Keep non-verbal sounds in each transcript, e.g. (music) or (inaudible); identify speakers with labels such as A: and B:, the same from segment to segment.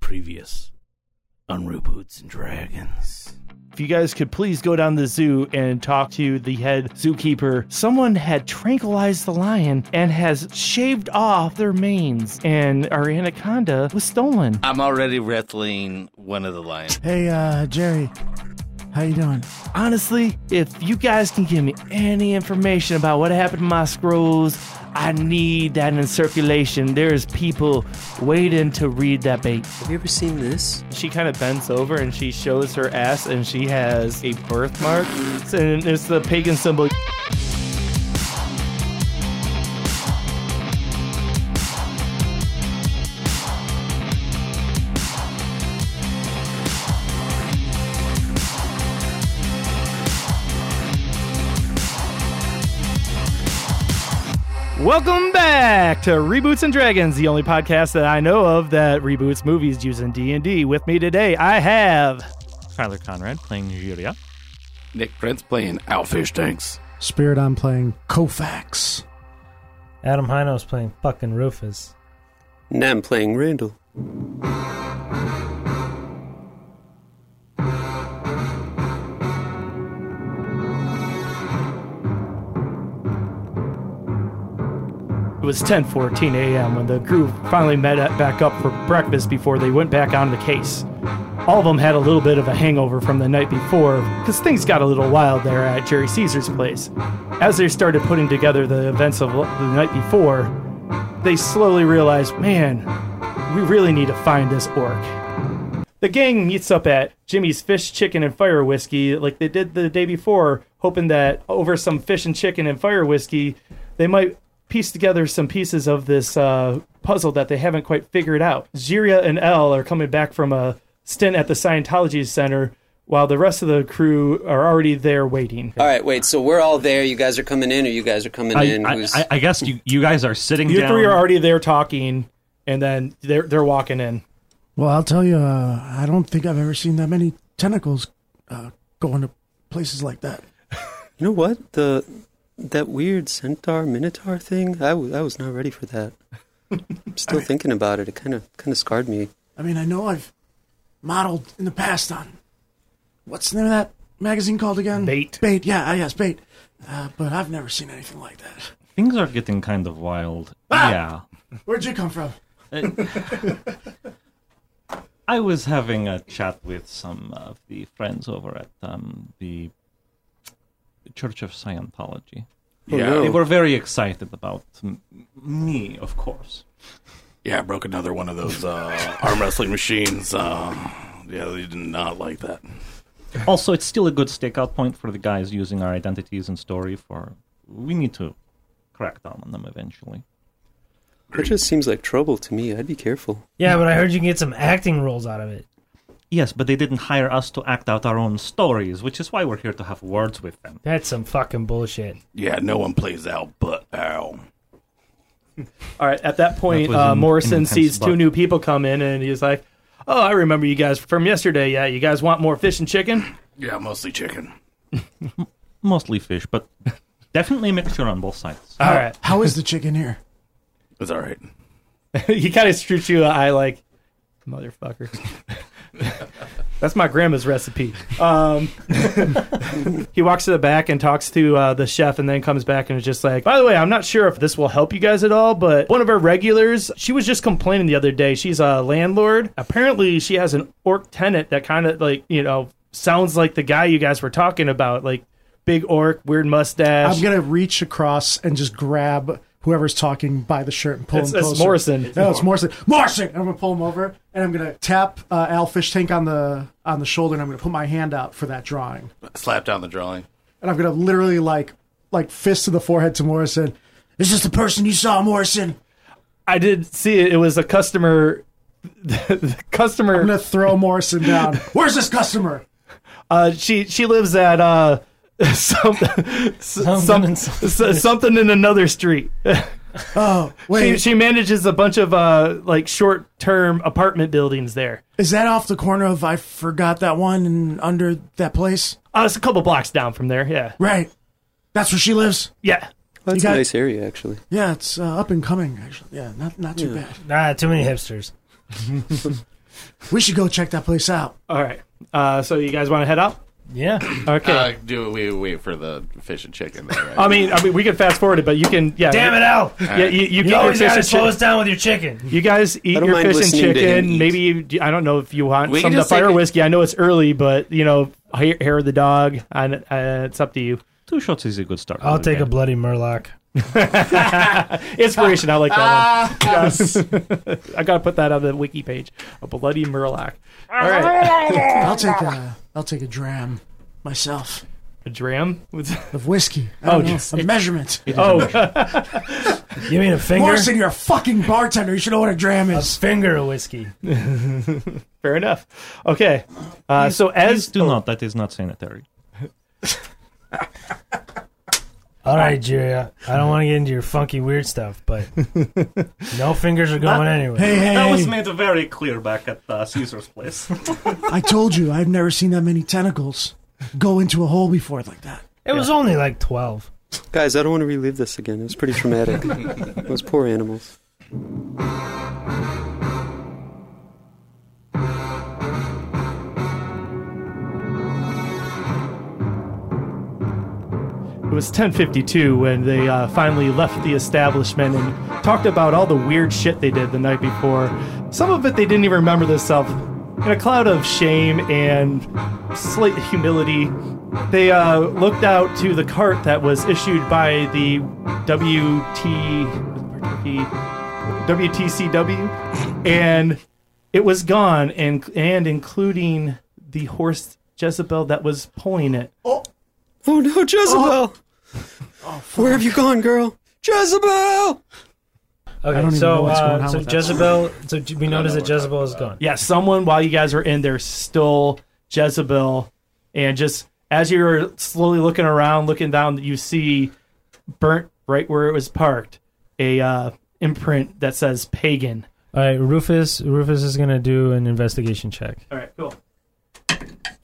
A: previous on Robots and Dragons.
B: If you guys could please go down to the zoo and talk to the head zookeeper, someone had tranquilized the lion and has shaved off their manes, and our anaconda was stolen.
C: I'm already wrestling one of the lions.
D: Hey, uh, Jerry, how you doing?
B: Honestly, if you guys can give me any information about what happened to my scrolls, I need that in circulation. There's people waiting to read that bait.
E: Have you ever seen this?
B: She kind of bends over and she shows her ass, and she has a birthmark, and it's the pagan symbol. Welcome back to Reboots and Dragons, the only podcast that I know of that reboots movies using D&D. With me today, I have
F: Tyler Conrad playing Yuria.
C: Nick Prince playing Outfish Tanks.
D: Spirit, I'm playing Kofax.
G: Adam Hino's playing fucking Rufus.
E: Now I'm playing Randall.
B: It was 10:14 a.m. when the group finally met up- back up for breakfast before they went back on the case. All of them had a little bit of a hangover from the night before because things got a little wild there at Jerry Caesar's place. As they started putting together the events of l- the night before, they slowly realized, man, we really need to find this orc. The gang meets up at Jimmy's Fish, Chicken, and Fire Whiskey like they did the day before, hoping that over some fish and chicken and fire whiskey, they might piece together some pieces of this uh, puzzle that they haven't quite figured out. Jiria and L are coming back from a stint at the Scientology Center, while the rest of the crew are already there waiting.
E: All right, wait. So we're all there. You guys are coming in, or you guys are coming
F: I,
E: in?
F: I,
E: Who's-
F: I, I guess you, you guys are sitting
B: You
F: down.
B: three are already there talking, and then they're they're walking in.
D: Well, I'll tell you, uh, I don't think I've ever seen that many tentacles uh, going to places like that.
E: you know what? The that weird centaur minotaur thing. I w- I was not ready for that. I'm still thinking about it. It kind of kind of scarred me.
D: I mean, I know I've modeled in the past on what's the name of that magazine called again?
B: Bait.
D: Bait. Yeah, ah, yes, bait. Uh, but I've never seen anything like that.
F: Things are getting kind of wild.
B: Ah!
F: Yeah.
D: Where'd you come from?
F: I was having a chat with some of the friends over at um, the Church of Scientology.
C: yeah,
E: Oh, no.
F: They were very excited about m- me, of course.
C: yeah, I broke another one of those
H: (laughs)
C: uh, arm wrestling machines. Uh,
H: um,
C: yeah, they did not like that.
F: Also, it's still a good stakeout point for the guys using our identities and story for. We need to crack down on them eventually.
E: That just seems like trouble to me. I'd be careful.
G: Yeah, but I heard you can get some acting roles out of it.
F: Yes, but they didn't hire us to act out our own stories, which is why we're here to have words with them.
G: That's some fucking bullshit.
C: Yeah, no one plays out but Al.
B: All right. At that point,
F: That was
B: uh,
F: an
B: Morrison
F: intense
B: sees two
F: butt.
B: new people come in, and he's like, "Oh, I remember you guys from yesterday. Yeah, you guys want more fish and chicken?
C: Yeah, mostly chicken.
F: Mostly fish, but definitely a mixture on both sides.
B: All right."
D: How is the chicken here?
C: It's all right.
B: (laughs) he kind of shoots you an eye like, motherfucker. (laughs) That's my grandma's recipe. Um, (laughs) he walks to the back and talks to uh, the chef and then comes back and is just like, by the way, I'm not sure if this will help you guys at all, but one of our regulars, she was just complaining the other day. She's a landlord. Apparently, she has an orc tenant that kind of like, you know, sounds like the guy you guys were talking about. Like, big orc, weird mustache.
I: I'm gonna reach across and just grab whoever's talking by the shirt and pull
B: It's-
I: him
B: it's
I: closer.
B: Morrison.
I: No, it's Morrison. Morrison. I'm gonna pull him over and I'm gonna tap uh, Al Fish Tank on the on the shoulder and I'm gonna put my hand out for that drawing
C: Slap down the drawing.
I: and I'm gonna literally like like fist to the forehead to Morrison.
D: Is this the person you saw, Morrison?
B: I did see it. It was a customer. (laughs) The customer.
I: I'm gonna throw Morrison
B: (laughs)
I: down.
D: Where's this customer?
B: Uh, she she lives at uh (laughs) some, s- some,
G: Something in
B: something. something in another street.
I: Oh
B: she,
I: wait,
B: she manages a bunch of uh like short term apartment buildings there.
D: Is that off the corner of I forgot that one and under that place?
B: Uh, it's a couple blocks down from there. Yeah,
D: Right. That's where she lives.
B: yeah.
E: Well, that's
D: got-
E: a nice area, actually.
I: yeah, it's uh, up and coming actually. Yeah, not not too bad.
G: Nah, too many hipsters.
D: (laughs) We should go check that place out.
B: All right. Uh, so you guys want to head out?
G: Yeah.
B: Okay.
H: Uh, do we wait for the fish and chicken? Though,
C: (laughs)
H: right?
B: I mean, I mean, we can fast forward it, but you can. Yeah.
G: Damn it, Al! You
B: Yeah, you, you, get your
G: always
B: fish
G: gotta
B: and
G: slow
B: chicken.
G: us down with your chicken.
B: You guys eat
E: I don't
B: your
E: mind
B: fish and
E: listening to him
B: chicken.
E: eat.
B: Maybe you, I don't know if you want
H: We
B: some
H: can
B: of the
H: just take
B: fire
H: a-
B: whiskey. I know it's early, but you know, hair, hair of the dog. I, uh, it's up to you.
F: Two shots is a good start.
G: I'll take a
F: Okay.
G: bloody murloc.
B: Inspiration. I like that one. Ah, (laughs) Yes. (laughs) I gotta put that on the wiki page. A bloody murloc. All right.
D: I'll take a, I'll take a dram myself
B: A dram. (laughs) With,
D: of whiskey. I don't
B: Oh,
D: know,
B: it's-
D: a measurement.
B: oh,
G: You mean a finger?
D: Morrison, you're a fucking bartender. You should know what a dram
G: a
D: is.
G: finger of whiskey.
B: fair enough. Okay. Uh, so as
F: (laughs) Please do not. That is not sanitary.
G: All right, Jerry. I I don't want to get into your funky weird stuff, but no fingers are going anywhere.
D: Hey, hey,
F: That was
D: hey.
F: made very clear back at uh, Caesar's (laughs) place.
D: I told you, I've never seen that many tentacles go into a hole before like that.
G: It was only like 12.
E: Guys, I don't want to relive this again. It was pretty
F: (laughs)
E: traumatic. Those poor animals.
B: It was 10:52 when they uh, finally left the establishment and talked about all the weird shit they did the night before. Some of it they didn't even remember themselves. In a cloud of shame and slight humility, they uh, looked out to the cart that was issued by the WT WTCW, and it was gone, and and including the horse Jezebel that was pulling it.
E: Oh no, Jezebel!
F: Oh,
E: Where have you gone, girl? Jezebel!
G: Okay,
D: don't even
G: so
D: know what's
G: uh,
D: going on
G: so
D: with that.
G: Jezebel, so j- we noticed that Jezebel is gone.
B: yeah, someone while you guys were in there stole Jezebel, and just as you're slowly looking around, looking down, you see burnt right where it was parked a uh, imprint that says pagan.
G: All right, Rufus. Rufus is gonna do an investigation check.
B: All right, cool.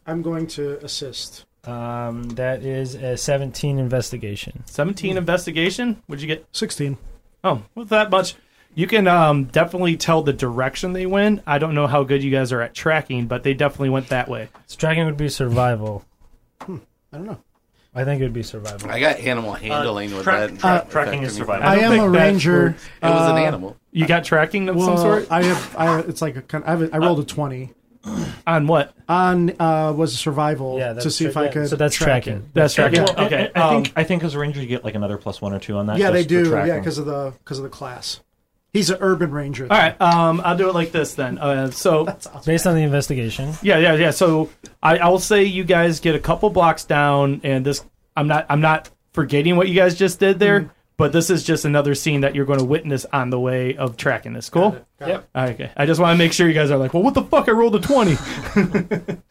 I: I'm going to assist.
G: Um, that is a 17 investigation.
B: Seventeen investigation. Would you get?
I: 16.
B: Oh, with that much, you can um, definitely tell the direction they went. I don't know how good you guys are at tracking, but they definitely went that way.
G: So dragon would be survival.
I: I don't know.
G: I think it would be survival.
H: I got animal
F: Uh,
H: handling with
F: track-
H: that.
F: track-
H: That
F: tracking
H: affected
F: is
H: me.
F: survival.
I: I,
B: I don't
I: am a
B: think that
I: ranger.
B: would-
H: It was an
I: Uh,
H: animal.
B: You got tracking of
I: Well,
B: some sort
I: I have. I, it's like a kind. I, have a, I rolled a twenty
B: on what?
I: on uh, was survival
G: Yeah, that's
I: to see if
G: tra-
I: I
G: yeah,
I: could.
G: So that's
I: track
G: tracking.
B: That's tracking.
F: Well,
B: okay.
F: I, I
B: um,
F: think I think as a ranger you get like another plus one or two on that.
I: it. Yeah, they do.
F: just for
I: Yeah,
F: tracking.
I: because of the because of the class. He's an urban ranger. (laughs)
B: All right, um, I'll do it like this then. Uh, so
G: Based on the investigation,
B: yeah, yeah, yeah. So I, I'll say you guys get a couple blocks down, and this I'm not I'm not forgetting what you guys just did there, but this is just another scene that you're going to witness on the way of tracking this. Cool.
I: Yep.
B: All right, okay. I just want to make sure you guys are like, well, what the fuck? I rolled a twenty. because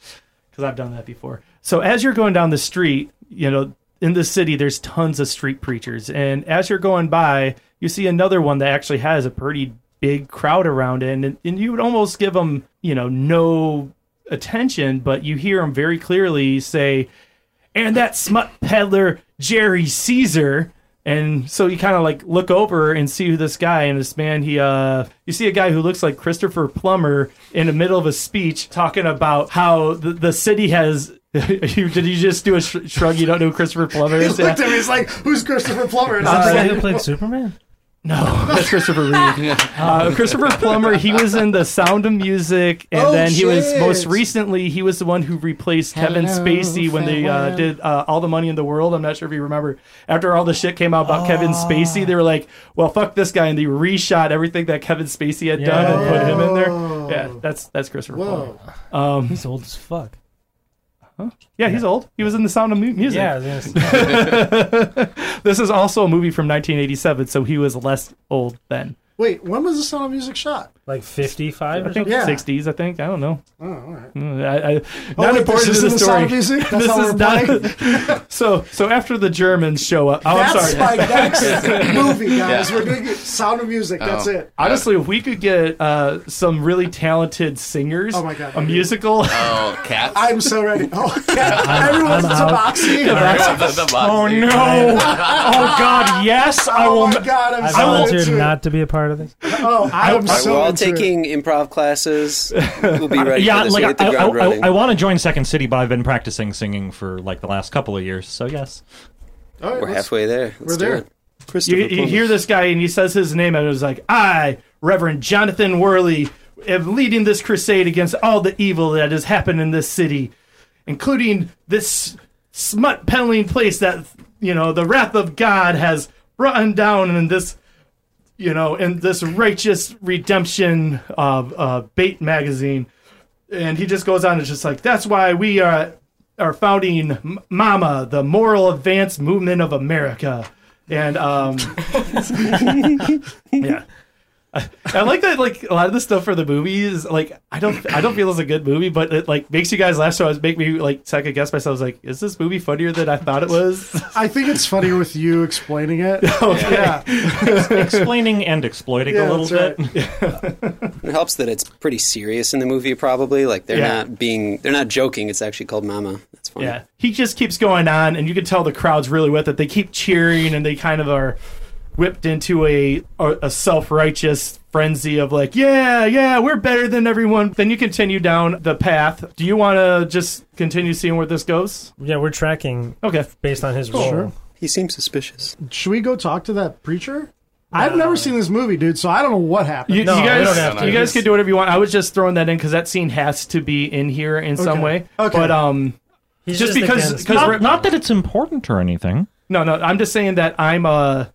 B: I've done that before. So as you're going down the street, you know, in the city, there's tons of street preachers, and as you're going by, you see another one that actually has a pretty big crowd around it, and and you would almost give them, you know, no attention, but you hear them very clearly say, "And that smut peddler Jerry Caesar." And so you kind of like look over and see who this guy and this man he uh you see a guy who looks like Christopher Plummer in the middle of a speech talking about how the, the city has (laughs) you, did you just do a sh- shrug you don't know who Christopher Plummer is
D: (laughs)
B: Yeah.
I: Looked at me. He's like, "Who's Christopher Plummer?" And
G: Is
I: I
G: that
I: was
G: the
I: like,
G: guy who played Superman.
I: (laughs)
B: no that's Christopher Reeve (laughs) uh, Christopher Plummer he was in The Sound of Music and
I: Oh,
B: then he was
I: shit.
B: most recently he was the one who replaced Kevin
I: Hello,
B: Spacey when they
I: farewell.
B: uh, did uh, All the Money in the World I'm not sure if you remember after all the shit came out about Kevin Spacey they were like well fuck this guy and they reshot everything that Kevin Spacey had done and put him in there yeah that's that's Christopher Plummer
I: Whoa.
G: He's old as fuck.
B: yeah he's old he was in The Sound of Mu- Music
G: Yeah, I was gonna say-
B: This is also a movie from 1987, so he was less old then.
I: Wait, when was the Sound of Music shot?
G: like 55 or
B: I think
G: something.
I: Yeah.
B: 60s. I think I don't know.
I: Oh, all right.
B: Mm, I, I,
I: Oh,
B: not
I: wait,
B: important
I: this
B: to the
I: isn't the
B: story.
I: Sound of
B: (laughs)
I: Music? That's
B: this
I: how
B: is
I: we're
B: not. so so after the Germans show up, (laughs) oh, I'm
I: That's
B: sorry.
I: my next movie, guys.
H: Yeah.
I: We're doing Sound of Music. That's
H: Oh.
I: it.
B: Honestly, if we could get uh, some really talented singers,
I: Oh my God.
B: a musical, (laughs)
H: Oh, cats.
I: I'm so ready. (laughs) Oh, yeah. everyone's
G: I'm
I: a
G: out.
I: tabaxi.
H: Everyone's at the box.
B: oh
G: (laughs)
B: no, oh god, yes, I
I: Oh
B: will.
I: my god, I'm
G: I
I: so
G: volunteered
I: into it.
G: not to be a part of this.
I: Oh, I'm so
H: will
I: through.
E: taking improv
F: (laughs)
E: classes. We'll be ready
F: yeah,
E: for this.
F: like
E: We'll hit
F: I,
E: the
F: I,
E: ground running.
F: I, want to join Second City, but I've been practicing singing for like the last couple of years. So yes,
I: All right,
E: We're
I: let's-
E: halfway there. Let's
I: we're
E: do
I: there.
E: it. Christopher
B: You, you
E: Plummer.
B: hear this guy and he says his name and it was like, I, Reverend Jonathan Worley, am leading this crusade against all the evil that has happened in this city, including this smut peddling place that, you know, the wrath of God has brought down in this, you know, in this righteous redemption of uh, bait magazine. And he just goes on and just like, that's why we are are founding M- MAMA, the Moral Advance Movement of America. And um, yeah, I, I like that. Like a lot of the stuff for the movies, like I don't, I don't feel it's a good movie, but it like makes you guys laugh. So I was make me like second guess myself. I was like, is this movie funnier than I thought it was?
I: I think it's funnier with you explaining (laughs) it. okay. Yeah.
F: explaining and exploiting
I: Yeah,
F: a little
I: that's
F: bit.
E: It helps that it's pretty serious in the movie, probably. Like they're
B: Yeah.
E: not being, they're not joking. It's actually called Mama. That's funny.
B: Yeah, he just keeps going on, and you can tell the crowd's really with it. They keep cheering, and they kind of are whipped into a a, a self righteous frenzy of like, yeah, yeah, we're better than everyone. Then you continue down the path. Do you want to just continue seeing where this goes?
G: Yeah, we're tracking
B: Okay.
G: based on his role.
I: Sure.
E: He seems suspicious.
I: Should we go talk to that preacher? I've never seen this movie, dude, so I don't know what happened.
B: You,
G: No,
B: you
G: we
B: guys,
G: don't have to.
B: you guys can do whatever you want. I was just throwing that in because that scene has to be in here in some
I: Okay.
B: way.
I: Okay.
B: But um,
G: He's
B: Just
G: the
B: because-
G: kind of-
B: 'cause
F: Not-
B: we're-
F: not that it's important or anything.
B: No, no. I'm just saying that I'm uh,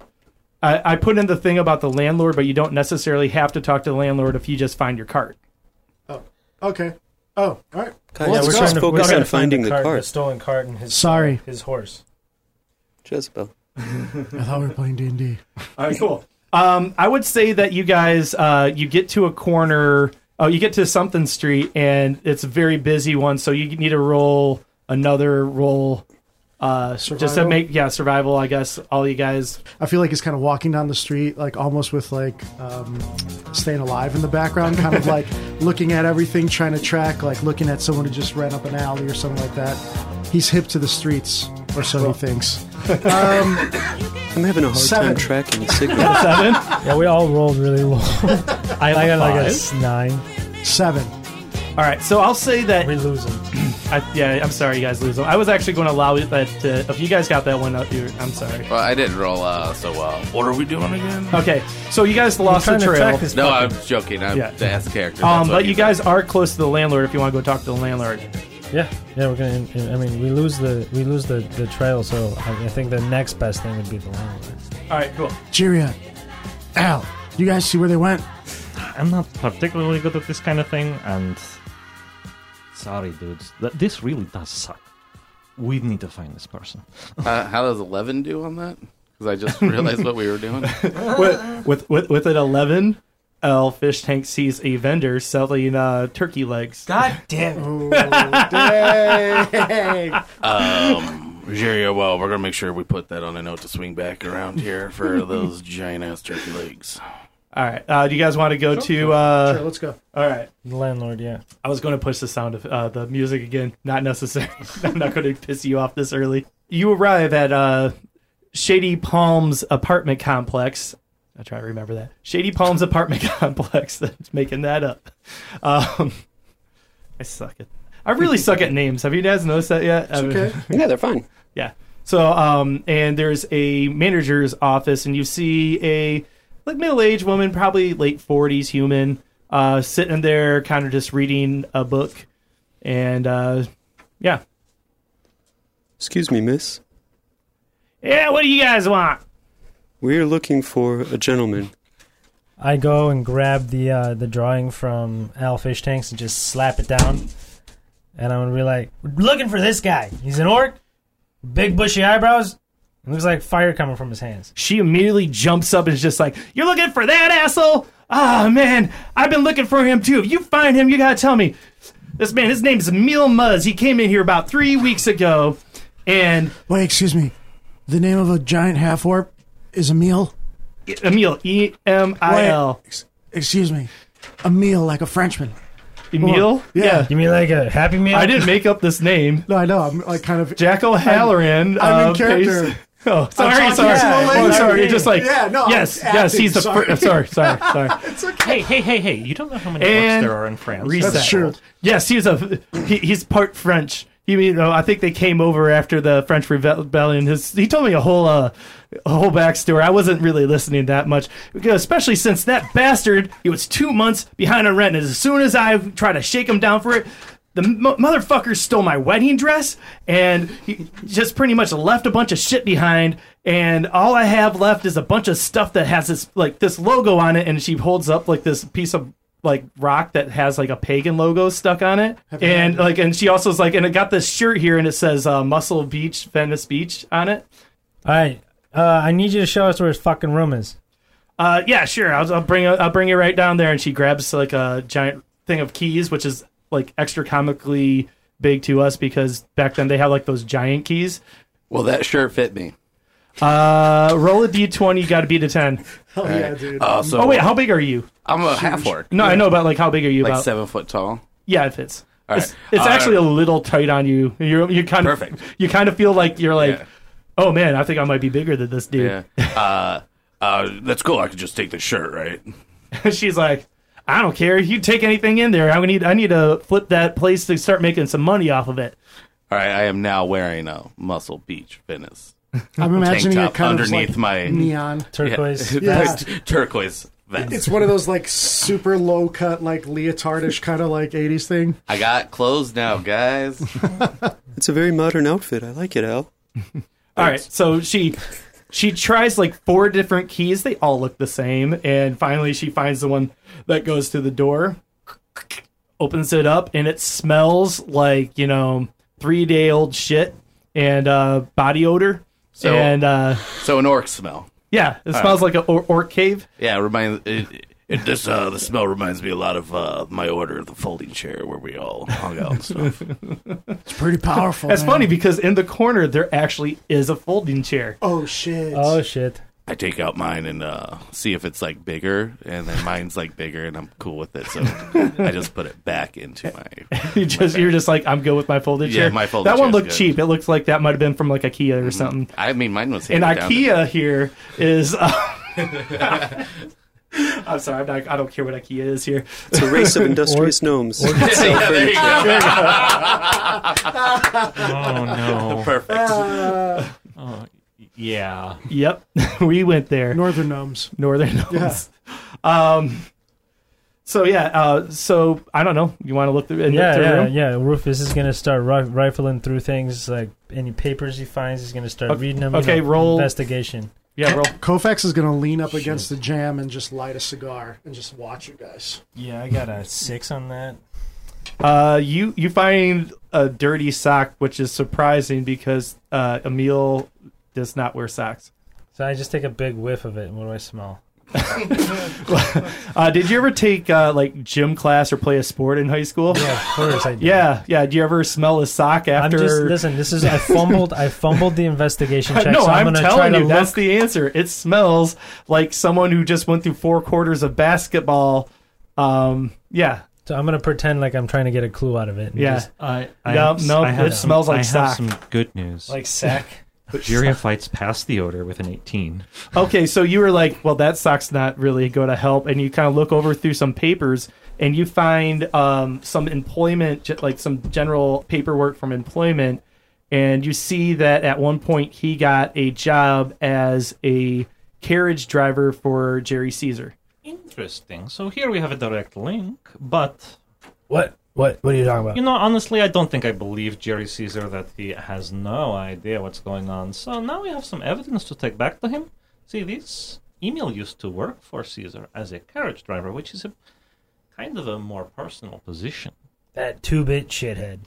B: I, I put in the thing about the landlord, but you don't necessarily have to talk to the landlord if you just find your cart.
I: Okay. Oh, all right. Yeah,
E: Guys,
I: we're
E: let's
I: trying
E: just
I: to-
E: focus
G: trying
E: on
G: to find
E: finding the
G: cart, the
E: cart.
G: stolen cart, and his
I: Sorry.
G: his horse.
E: Jezebel.
I: I thought we were playing D and D.
B: All right, cool. Um, I would say that you guys, uh, you get to a corner. Oh, you get to something street, and it's a very busy one. So you need to roll another roll, uh, just to
I: Survival?
B: make yeah survival. I guess all you guys.
I: I feel like he's kind of walking down the street, like almost with like um, staying alive in the background, kind of (laughs) like looking at everything, trying to track, like looking at someone who just ran up an alley or something like that. He's hip to the streets, or so he thinks.
E: I'm having a hard
I: Seven.
E: time tracking the signal.
G: Yeah, we all rolled really low.
F: I,
G: (laughs) I got like
F: five.
G: a nine.
I: Seven.
B: All right, so I'll say that
G: We lose him.
B: I, yeah, I'm sorry, you guys lose. I was actually going to allow it that to, if you guys got that one up, you're, I'm sorry.
H: Well, I didn't roll uh, so well.
C: What are we doing again?
B: Okay, so you guys lost the
G: trying to
B: trail.
G: track this
H: No, I'm
G: fucking-
H: joking. I'm
B: Yeah.
H: that's the character.
B: Um,
H: That's
B: but
H: what
B: you
H: he said.
B: guys are close to the landlord if you want to go talk to the landlord.
G: Yeah, yeah, we're gonna. I mean, we lose the we lose the the trail, so I, I think the next best thing would be the landlord.
B: All right, cool.
D: Jiria, Al, you guys see where they went?
F: I'm not particularly good at this kind of thing, and sorry, dudes, Th- this really does suck. We need to find this person.
H: Uh, how does eleven do on that? Because
C: (laughs)
H: I just realized what we were doing.
I: Uh-uh.
B: With with with, with an 11, L fish tank sees a vendor selling uh, turkey legs.
G: God damn!
I: (laughs) Oh, dang.
C: Jerry, oh, well, we're gonna make sure we put that on a note to swing back around here for those giant ass turkey legs.
B: All right, uh, do you guys want to go to? Uh,
I: Sure, let's go.
B: All right,
G: The landlord, yeah.
B: I was going to push the sound of uh, the music again. Not necessary. (laughs) I'm not going to piss you off this early. You arrive at uh, Shady Palms apartment complex. I try to remember that. Shady Palms apartment (laughs) complex. That's making that up. Um, I suck at. I really suck at names. Have you guys noticed that yet? I mean-
I: Okay.
E: yeah, they're fine.
B: yeah. So, um, and there's a manager's office, and you see a like middle-aged woman, probably late 40s, human, uh, sitting there, kind of just reading a book, and uh, yeah,
E: Excuse me, miss.
B: yeah. What do you guys want?
E: We're looking for a gentleman.
G: I go and grab the uh, the drawing from Al Fish Tanks and just slap it down, and I'm gonna be like, "We're looking for this guy. He's an orc, big bushy eyebrows, and looks like fire coming from his hands."
B: She immediately jumps up and is just like, "You're looking for that asshole? Ah, man, I've been looking for him too. If you find him, you gotta tell me." This man, his name's Emil Muzz. He came in here about three weeks ago, and
D: Wait, excuse me. The name of a giant half orc is Emil.
B: Emil E M I L.
D: Ex- excuse me. Emil, like a Frenchman.
B: Emil?
I: Yeah.
G: You mean like a Happy
I: (laughs)
G: Meal?
B: I didn't make up this name.
I: No, I know. I'm like kind of.
B: Jack O'Halloran.
I: I'm
B: uh,
I: in character.
B: pays- (laughs) Oh, sorry,
I: talking
B: sorry.
I: to a
B: Oh,
I: lady.
B: sorry. You're just like,
I: Yeah, no, I'm
B: yes,
I: acting,
B: yes. He's the.
I: sorry.
B: Fr- I'm sorry, sorry,
I: (laughs)
B: sorry.
F: Hey, hey, hey, hey! You don't know how many
B: And
F: orcs there are in France.
B: reset.
I: That's true.
B: Yes, he's a. He, he's part French. You mean, oh, I think they came over after the French Reve- Rebellion. His, he told me a whole, uh, a whole backstory. I wasn't really listening that much, because especially since that bastard. He was two months behind on rent, and as soon as I tried to shake him down for it, the mo motherfucker stole my wedding dress, and he just pretty much left a bunch of shit behind. And all I have left is a bunch of stuff that has this like this logo on it, and she holds up like this piece of like rock that has like a pagan logo stuck on it and like and she also is like and it got this shirt here and it says uh, muscle beach venice beach on it
G: All right. Uh, I need you to show us where his fucking room is.
B: uh yeah sure i'll, I'll bring it i'll bring it right down there and she grabs like a giant thing of keys which is like extra comically big to us because back then they had like those giant keys
H: Well, that sure fit me.
B: uh roll a d20 you gotta beat a 10
I: Hell yeah, dude.
H: Uh, so
B: oh wait how big are you
H: I'm a half orc,
B: no i know about like how big are you
H: like
B: about
H: seven foot tall.
B: Yeah, it fits.
H: All
B: it's
H: right.
B: it's
H: All
B: actually
H: right.
B: a little tight on you. You're you kind of
H: Perfect.
B: you kind of feel like you're like,
H: Yeah.
B: oh man, I think I might be bigger than this
H: Yeah.
B: dude.
H: uh, uh, that's cool. I could just take the shirt,
B: (laughs)
H: right?
B: She's like, I don't care. You take anything in there. I need I need to flip that place to start making some money off of it.
H: All right. I am now wearing a muscle beach Venice
I: I'm
H: tank
I: imagining it
H: top
I: kind
H: underneath
I: of like
H: my
I: neon.
H: (laughs)
G: Turquoise.
C: (laughs)
I: Yeah.
H: turquoise vest.
I: It's one of those like super low cut, like leotardish kind of like 80s thing.
H: I got clothes now, guys.
E: It's a very modern outfit. I like it, Al.
B: All right, so she she tries like four different keys. They all look the same, and finally she finds the one that goes to the door, opens it up, and it smells like you know three day old shit and uh, body odor.
H: So-
B: and uh,
H: so an orc smell.
B: yeah, it smells like an or- orc cave.
H: Yeah, it reminds it, it, this uh, the smell reminds me a lot of uh, my order of the folding chair where we all hung out and stuff.
I: It's pretty powerful.
B: That's
I: man.
B: funny because in the corner there actually is a folding chair. (laughs)
I: Oh shit.
G: Oh shit.
H: I take out mine and uh, see if it's like bigger, and then mine's like bigger, and I'm cool with it. So I just put it back into my.
B: You just you're just like I'm good with my folding
H: Yeah,
B: chair.
H: my folding
B: that one
H: chair's
B: looked
H: good. Mm-hmm.
B: cheap. It looked like that might have been from like IKEA or something.
H: I mean, mine was.
B: and
H: handed down to-
B: IKEA here is.
G: (laughs)
B: Uh, I'm sorry, I'm not, I don't care what IKEA is here.
E: It's a race of industrious gnomes. (laughs)
H: Yeah, there you (laughs) go.
F: Oh no!
H: Perfect.
B: Ah.
F: (laughs) Oh, yeah.
B: Yep, (laughs) we went there.
I: Northern gnomes.
B: Northern Knolls. Um. So yeah. Uh. So I don't know. You want to look through? And
G: Yeah,
B: through
G: yeah,
B: room?
G: yeah. Rufus is gonna start ri- rifling through things like any papers he finds. He's gonna start
B: Okay-
G: reading them.
B: okay,
G: you know,
B: roll-
G: investigation.
B: yeah. Roll.
I: Kofax is going to lean up against the jam and just light a cigar and just watch you guys.
G: Yeah, I got a six on that.
B: Uh, you you find a dirty sock, which is surprising because uh, Emil does not wear socks.
G: So I just take a big whiff of it, and what do I smell?
B: Uh, did you ever take uh, like gym class or play a sport in high school?
G: Yeah, (laughs) of course I do.
B: Yeah, yeah. Do you ever smell a sock
G: I'm
B: after?
G: just listen. This is I fumbled. I fumbled
B: (laughs)
G: the investigation check.
B: no,
G: so I'm,
B: I'm,
G: gonna try
B: telling
G: to
B: you,
G: look.
B: that's the answer. It smells like someone who just went through four quarters of basketball. Um, yeah,
G: so I'm gonna pretend like I'm trying to get a clue out of it. and
B: yeah.
G: just,
F: I,
B: Nope, nope, it
F: some-
B: smells like
F: I
B: sock.
F: have some good news.
G: like sack.
F: Jiria fights past the odor with an 18.
B: (laughs) okay, so you were like, well, that sock's not really going to help, and you kind of look over through some papers, and you find um, some employment, ge- like some general paperwork from employment, and you see that at one point he got a job as a carriage driver for Jerry Caesar.
F: Interesting. So here we have a direct link, but
G: what? What? What are you talking about?
F: you know, honestly, I don't think I believe Jerry Caesar that he has no idea what's going on. So now we have some evidence to take back to him. See, this email used to work for Caesar as a carriage driver, which is a kind of a more personal position.
G: That two-bit shithead.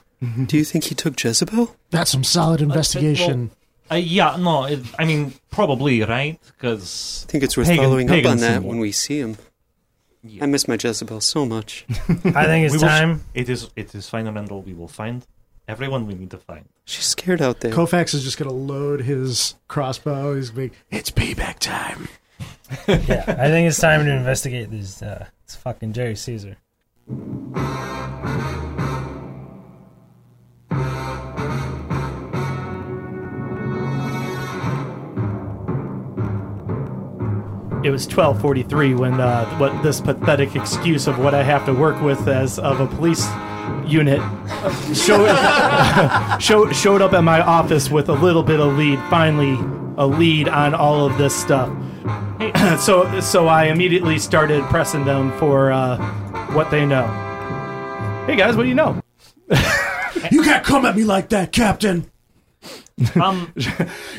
E: Do you think he took Jezebel?
I: That's some solid investigation.
F: Uh, yeah, no, it, I mean probably right because
E: I think it's worth
F: Pagan-
E: following up
F: pagan
E: on that
F: symbol.
E: when we see him. I miss my Jezebel so much.
G: I think
B: (laughs)
G: it's
F: we will-
G: time.
F: it is it is fine, Randall. We will find everyone we need to find.
E: She's scared out there.
I: Kofax is just going to load his crossbow. He's going to be, it's payback time.
G: yeah, I think it's time to investigate this. Uh, this fucking Jerry Caesar.
B: it was 12:43 when uh, what this pathetic excuse of what I have to work with as of a police unit uh, showed, (laughs) show, showed up at my office with a little bit of lead. Finally, a lead on all of this stuff. (clears throat) so so I immediately started pressing them for uh, what they know. Hey guys, what do you know?
D: You can't come at me like that, Captain.
F: Um,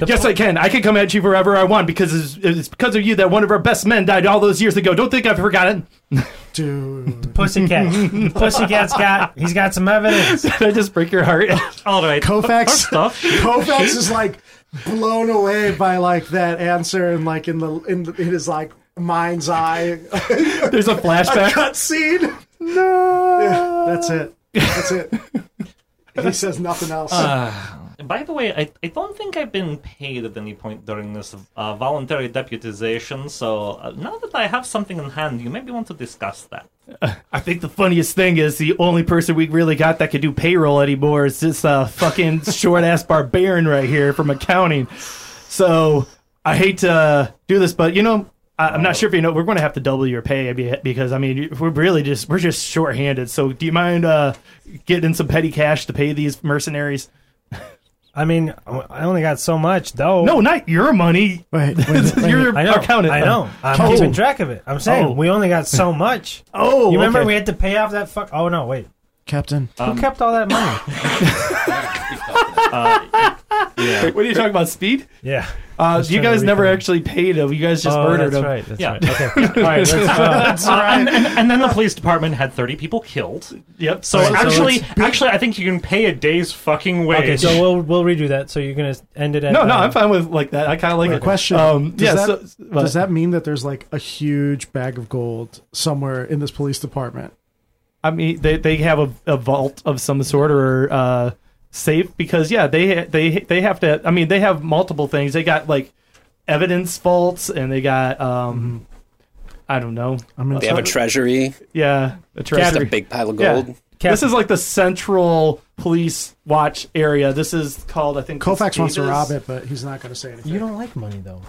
B: yes, I can. I can come at you wherever I want because it's, it's because of you that one of our best men died all those years ago. Don't think I've forgotten. (laughs)
G: (laughs)
D: Dude.
G: Pussycat. Pussycat's got he's got some evidence.
B: Did I just break your heart? (laughs)
F: all right.
D: (laughs)
F: First
D: Kofax,
F: stuff,
D: Kofax is like blown away by like that answer and like in the in, the, in his like mind's eye (laughs)
B: There's a flashback.
D: cutscene.
B: No.
D: Yeah, that's it. That's it. He says nothing else.
F: By the way, I, I don't think I've been paid at any point during this uh, voluntary deputization, so uh, now that I have something in hand, you maybe want to discuss that.
B: I think the funniest thing is the only person we really got that could do payroll anymore is this uh,
G: (laughs)
B: fucking short ass barbarian right here from accounting. So I hate to do this, but you know, I, I'm not sure if you know, we're going to have to double your pay be- because I mean, we're really just we're just shorthanded. So do you mind uh, getting some petty cash to pay these mercenaries?
G: I mean, I only got so much though.
B: No, not your money.
D: wait, wait, wait.
B: You're
G: I know.
B: accountant.
G: I know. I'm
B: Oh.
G: keeping track of it. I'm saying
B: Oh.
G: we only got so much.
B: (laughs) Oh,
G: you remember
B: okay. Um,
G: we had to pay off that fuck? Oh no, wait.
D: Captain.
G: Who kept all that money?
B: (laughs)
F: Yeah.
B: What are you talking about? Speed?
G: yeah.
B: Uh,
G: Just
B: you
G: trying to
B: guys never
G: recall.
B: actually paid him. You guys just
G: oh,
B: murdered him.
G: that's right. That's
F: Yeah.
G: right.
B: (laughs)
G: Okay. all right. Let's, uh,
F: and, and, and then the police department had 30 people killed.
B: Yep.
F: So
B: So
G: so
F: actually,
G: it's-
F: actually, I think you can pay a day's fucking wage.
G: okay. So we'll we'll redo that. So you're gonna end it at
B: no, no,
G: uh,
B: I'm fine with like that. I kind of like it.
D: Question.
B: Um,
D: Does
B: yeah.
D: that-
B: so, but-
D: Does that mean that there's like a huge bag of gold somewhere in this police department?
B: I mean, they they have a, a vault of some sort or uh, safe because yeah, they they they have to. I mean, they have multiple things. They got like evidence vaults, and they got um, I don't know.
D: I'm
E: They have
G: Uh,
E: a treasury,
B: Yeah, a
E: just a
B: treasury.
E: big pile of
B: Yeah.
E: gold.
B: This is like the central police watch area. This is called, I think,
D: Kofax wants to
B: Cascadas.
D: rob it, but he's not going to say anything.
G: You don't like money though.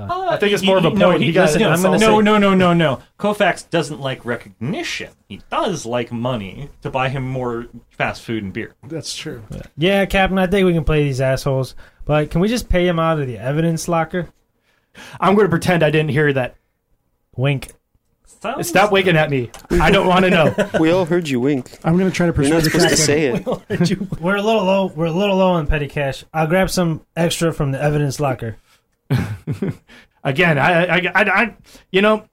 B: I think it's more of a
F: Uh, no,
B: point.
F: he
B: You guys-
F: doesn't-
B: you
F: no,
B: know,
F: no,
B: I'm
F: no,
B: gonna
F: no, no, no, no. Kofax doesn't like recognition. He does like money to buy him more fast food and beer.
D: That's true.
G: Yeah, Captain. I think we can play these assholes, but can we just pay him out of the evidence locker?
B: I'm going to pretend I didn't hear that.
G: Wink.
F: Sounds
B: Stop winking at me. I don't want to know.
E: We all heard you wink.
D: I'm going to try to
E: You're not
D: persuade the
E: supposed to
D: captain.
E: say
G: (laughs)
E: it.
G: We're a little low. We're a little low on petty cash. I'll grab some extra from the evidence locker.
B: Again, I, I, I, I- you know,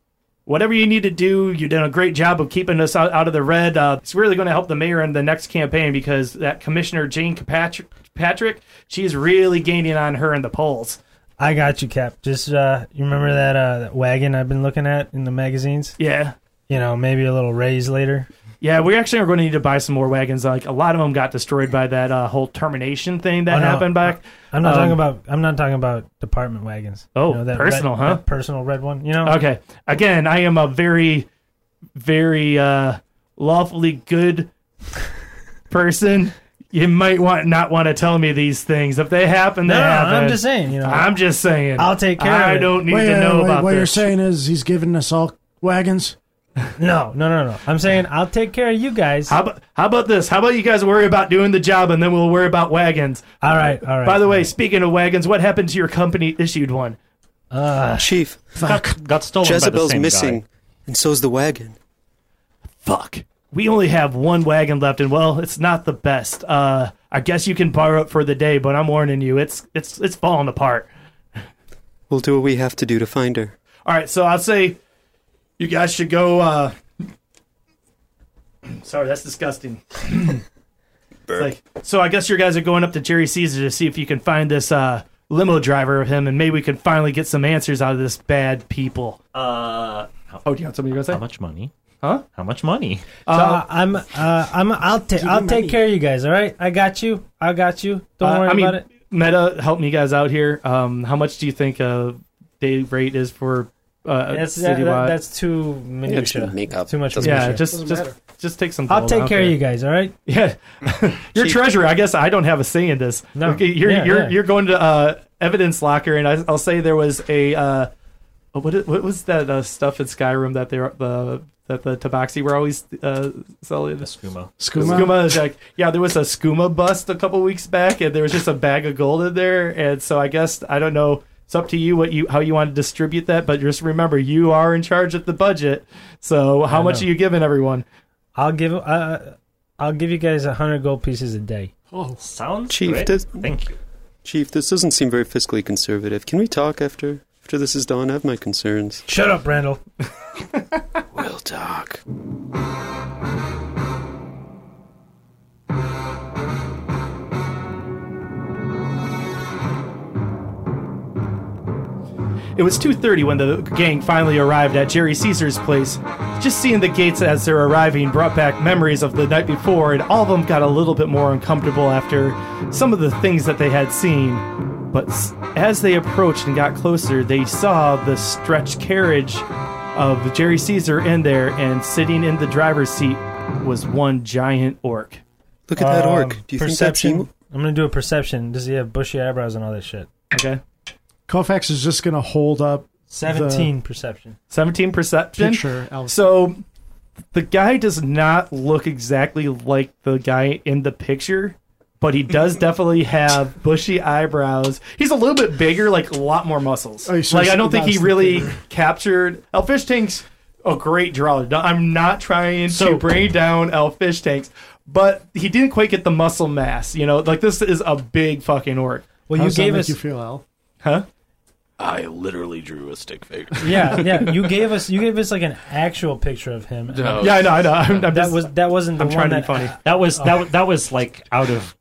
B: whatever you need to do, you did a great job of keeping us out, out of the red. Uh, it's really going to help the mayor in the next campaign because that commissioner Jane Patrick, Patrick, she's really gaining on her in the polls.
G: I got you, Cap. Just uh, you remember that uh, that wagon I've been looking at in the magazines?
B: Yeah.
G: You know, maybe a little raise later.
B: Yeah, we actually are going to need to buy some more wagons. Like a lot of them got destroyed by that uh, whole termination thing that
G: Oh, no.
B: happened back.
G: I'm not
B: Um,
G: talking about. I'm not talking about department wagons.
B: Oh,
G: You know, that
B: personal,
G: red,
B: huh?
G: that personal red one. You know.
B: Okay. Again, I am a very, very uh, lawfully good person. You might want not want to tell me these things. If they happen, they
G: No, no, no,
B: happen.
G: I'm just saying. You know.
B: I'm just saying.
G: I'll take care of
B: I
G: it.
B: don't need
D: Wait,
B: to know
D: wait,
B: about
D: what
B: this.
D: you're saying is he's giving us all wagons.
G: no, no, no, no. I'm saying I'll take care of you guys.
B: How about, how about this? How about you guys worry about doing the job, and then we'll worry about wagons.
G: all right, all right.
B: By the way, speaking of wagons, what happened to your company issued one?
G: uh,
E: Chief,
F: got, got stolen by the
E: Jezebel's
F: same
E: missing,
F: guy.
E: and so's the wagon.
B: fuck we only have one wagon left and well it's not the best uh i guess you can borrow it for the day but i'm warning you it's it's it's falling apart
E: We'll do what we have to do to find her.
B: all right so i'll say you guys should go uh (clears throat) sorry that's disgusting (clears throat) It's like, so i guess you guys are going up to jerry caesar to see if you can find this uh limo driver of him and maybe we can finally get some answers out of this bad people
F: Uh, how,
B: oh do you have something you're
F: how
B: gonna say
F: much money?
B: Huh?
F: How much money?
G: so I'm, uh, I'm, I'll take, I'll take care of you guys. All right, I got you. I got you. Don't
B: Uh,
G: worry
B: I mean,
G: about it.
B: Meta, help me guys out here. Um, how much do you think a day rate is for uh,
G: That's that,
B: citywide?
G: that, that's too
E: It's
G: minutia.
E: makeup.
G: Too much
E: Doesn't
B: yeah,
E: matter.
B: just
D: Doesn't
B: just
D: matter.
B: just take some.
G: I'll
B: gold.
G: take
B: I don't
G: care of
B: care.
G: you guys. All right.
B: (laughs) Yeah,
E: (laughs)
B: your
E: Chief.
B: treasurer. I guess I don't have a say in this.
G: No.
B: Okay, you're
G: Yeah,
B: you're
G: yeah.
B: you're going to uh, evidence locker, and I, I'll say there was a uh, what i- what was that uh, stuff in Skyrim that they were- the that the Tabaxi were always uh, selling?
F: Eskimo.
D: Skooma?
B: Skooma is like, yeah, there was a skooma bust a couple weeks back, and there was just a bag of gold in there. And so I guess I don't know. It's up to you what you how you want to distribute that, but just remember you are in charge of the budget. So how
G: I
B: much
G: know.
B: are you giving everyone?
G: I'll give uh, I'll give you guys a hundred gold pieces a day.
F: Sounds
E: Chief,
F: great.
E: does-
F: Thank you.
E: Chief, this doesn't seem very fiscally conservative. Can we talk after after this is done? I have my concerns.
G: Shut up, Randall.
E: We'll talk.
B: It was 2:30 when the gang finally arrived at Jerry Caesar's place. Just seeing the gates as they're arriving brought back memories of the night before, and all of them got a little bit more uncomfortable after some of the things that they had seen. But s- as they approached and got closer, they saw the stretched carriage of Jerry Caesar in there, and sitting in the driver's seat was one giant orc.
E: Look at that
G: Um,
E: orc. Do you think that's
G: perception?
E: him?
G: I'm gonna do a perception. Does he have bushy eyebrows and all that shit?
B: Okay,
D: Kofax is just going to hold up
G: Seventeen perception.
B: 17 perception.
D: picture. Alex.
B: So the guy does not look exactly like the guy in the picture, but he does definitely have bushy eyebrows. He's a little bit bigger, like a lot more muscles.
D: Oh, so
B: like I
D: it's-
B: don't think he
D: that's the
B: really captured Elfish Tank's a great draw. I'm not trying to bring down Elfish Tank's, but he didn't quite get the muscle mass. You know, like this is a big fucking orc.
G: Well,
D: How
G: you
D: does that
G: gave
D: make
G: us (laughs)
D: you feel, Al?
B: Huh?
C: I literally drew a stick figure.
G: yeah, yeah. You gave us you gave us like an actual picture of him.
C: No.
B: Yeah, I know, I know. I'm, I'm
G: that
B: just,
G: was that wasn't the
B: I'm
G: one
B: trying to
G: that
B: be funny.
J: That was
G: Oh.
J: that wa- that was like out of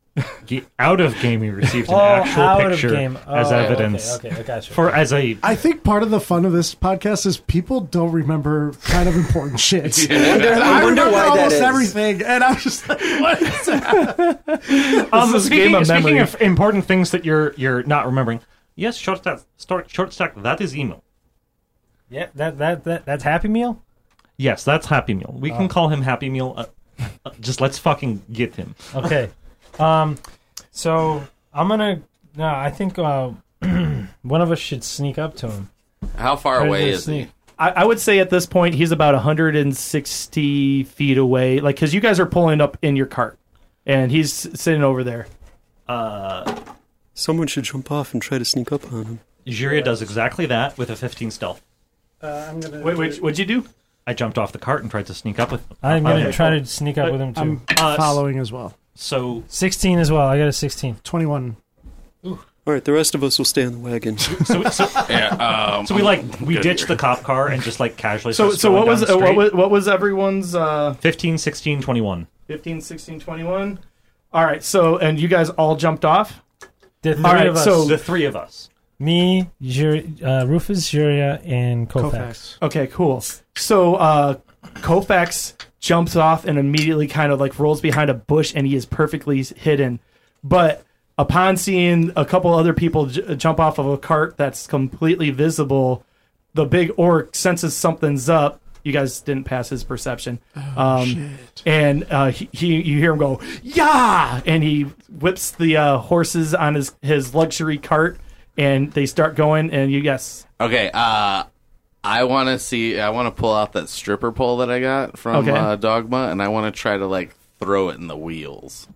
J: ge- out of game. We received an
G: Oh,
J: actual
G: out
J: picture
G: of game
J: as
G: Oh,
J: evidence
G: Okay, okay, I gotcha.
J: for as a
D: I think part of the fun of this podcast is people don't remember kind of important shit. And I,
E: I wonder
D: remember
E: why that
D: almost
E: is.
D: everything, and I'm just like, what is that?
J: um,
B: is a
J: speaking,
B: game of
J: speaking
B: memory.
J: of important things that you're you're not remembering.
F: Yes, short stack. Start, short stack. That is email.
G: yeah, that, that that that's Happy Meal.
F: Yes, that's Happy Meal. We
G: Oh.
F: can call him Happy Meal. Uh, uh, just let's fucking get him.
G: Okay, um, so I'm gonna. No, I think uh, (clears throat) one of us should sneak up to him.
H: How far
G: Try to
H: away
G: do a
H: is he?
G: sneak.
B: I, I would say at this point he's about 160 feet away, like because you guys are pulling up in your cart, and he's sitting over there.
F: Uh,
E: Someone should jump off and try to sneak up on him.
F: Jiria does exactly that with a 15 stealth.
D: Uh, I'm gonna
B: Wait, wait, what'd you do?
F: I jumped off the cart and tried to sneak up with him.
G: I'm gonna
F: Okay.
G: try to sneak up with him too.
D: I'm
F: Uh,
D: following as well.
F: So
G: sixteen as well. I got a sixteen.
D: Twenty-one.
E: All right, the rest of us will stay on the wagon.
F: so so,
H: Yeah. Um,
F: so we like we
H: Good
F: ditched
H: here.
F: the cop car and just like casually.
B: So,
F: start
B: so what
F: strolling
B: was
F: down the
B: uh, what
F: street.
B: was what was everyone's uh,
F: 15, 16, 21.
B: 15, 16, 21? All right, so and you guys all jumped off.
G: The three
B: right,
G: of us.
B: so-
F: The three of us.
G: me, Juri, uh, Rufus, Juria, and Kofax.
D: Kofax.
B: Okay, cool. So uh, Kofax jumps off and immediately kind of like rolls behind a bush, and he is perfectly hidden. But upon seeing a couple other people j- jump off of a cart that's completely visible, the big orc senses something's up. You guys didn't pass his perception. um, And uh, he, he, you hear him go, "Yeah!" And he whips the uh, horses on his his luxury cart, and they start going. And you guess,
H: Okay. Uh, I want to see. I want to pull out that stripper pole that I got from
B: Okay.
H: uh, Dogma, and I want to try to like throw it in the wheels.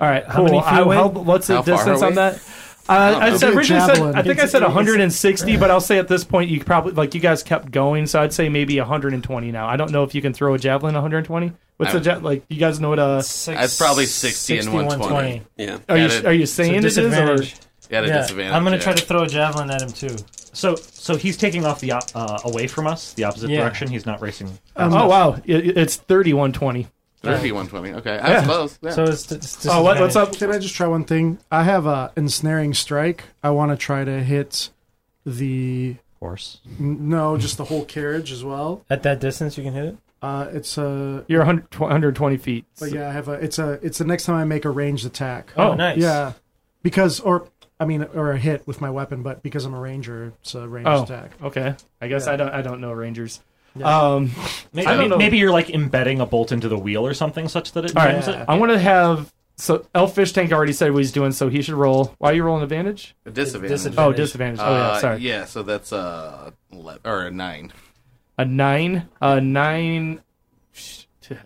B: All right,
G: How many
B: cool.
G: feet
B: I-
G: away?
B: how- what's the
H: How far
B: distance on
H: away?
B: that? Uh, I, said,
D: It'd be a
B: originally said,
D: javelin.
B: I think I
D: It's-
B: said
D: it's-
B: 160, but I'll say at this point you probably like you guys kept going, so I'd say maybe 120 now. I don't know if you can throw a javelin 120. What's
H: I-
B: the jet like? You guys know what? Uh,
H: That's probably 60 and 120.
E: yeah.
B: are
H: Yeah, it-
B: you are you
G: It's a
B: saying it is? Or,
G: disadvantage.
H: At a
G: Yeah,
H: disadvantage.
G: I'm gonna
H: yeah.
G: try to throw a javelin at him too.
F: So so he's taking off the op- uh, away from us, the opposite
G: Yeah.
F: direction. He's not racing.
H: Um,
B: oh wow, it, it's 3120.
H: 30, 120. Okay, I was close. Yeah.
G: So it's, it's
B: Oh what, what's up?
D: Can I just try one thing? I have a ensnaring strike. I want to try to hit the
F: Horse.
D: n- no, just the whole carriage as well.
G: at that distance? You can hit it.
D: Uh, it's a
B: You're 100, 120 feet.
D: but yeah, I have a. It's a. It's the next time I make a ranged attack.
B: Oh,
G: nice.
D: Yeah, because or I mean or a hit with my weapon, but because I'm a ranger, it's a ranged
B: Oh.
D: attack.
B: Okay. I guess I don't I don't know Rangers.
D: Yeah.
B: Um.
F: Maybe,
B: I don't know.
F: maybe you're like embedding a bolt into the wheel or something such that it
B: All
F: turns
B: right.
F: it.
B: I want to have So Elfish Tank already said what he's doing, so he should roll. Why are you rolling advantage?
H: A disadvantage.
B: Oh, disadvantage. Oh yeah,
H: Uh,
B: sorry.
H: Yeah, so that's a le- or a nine.
B: A nine. A nine. sh- To,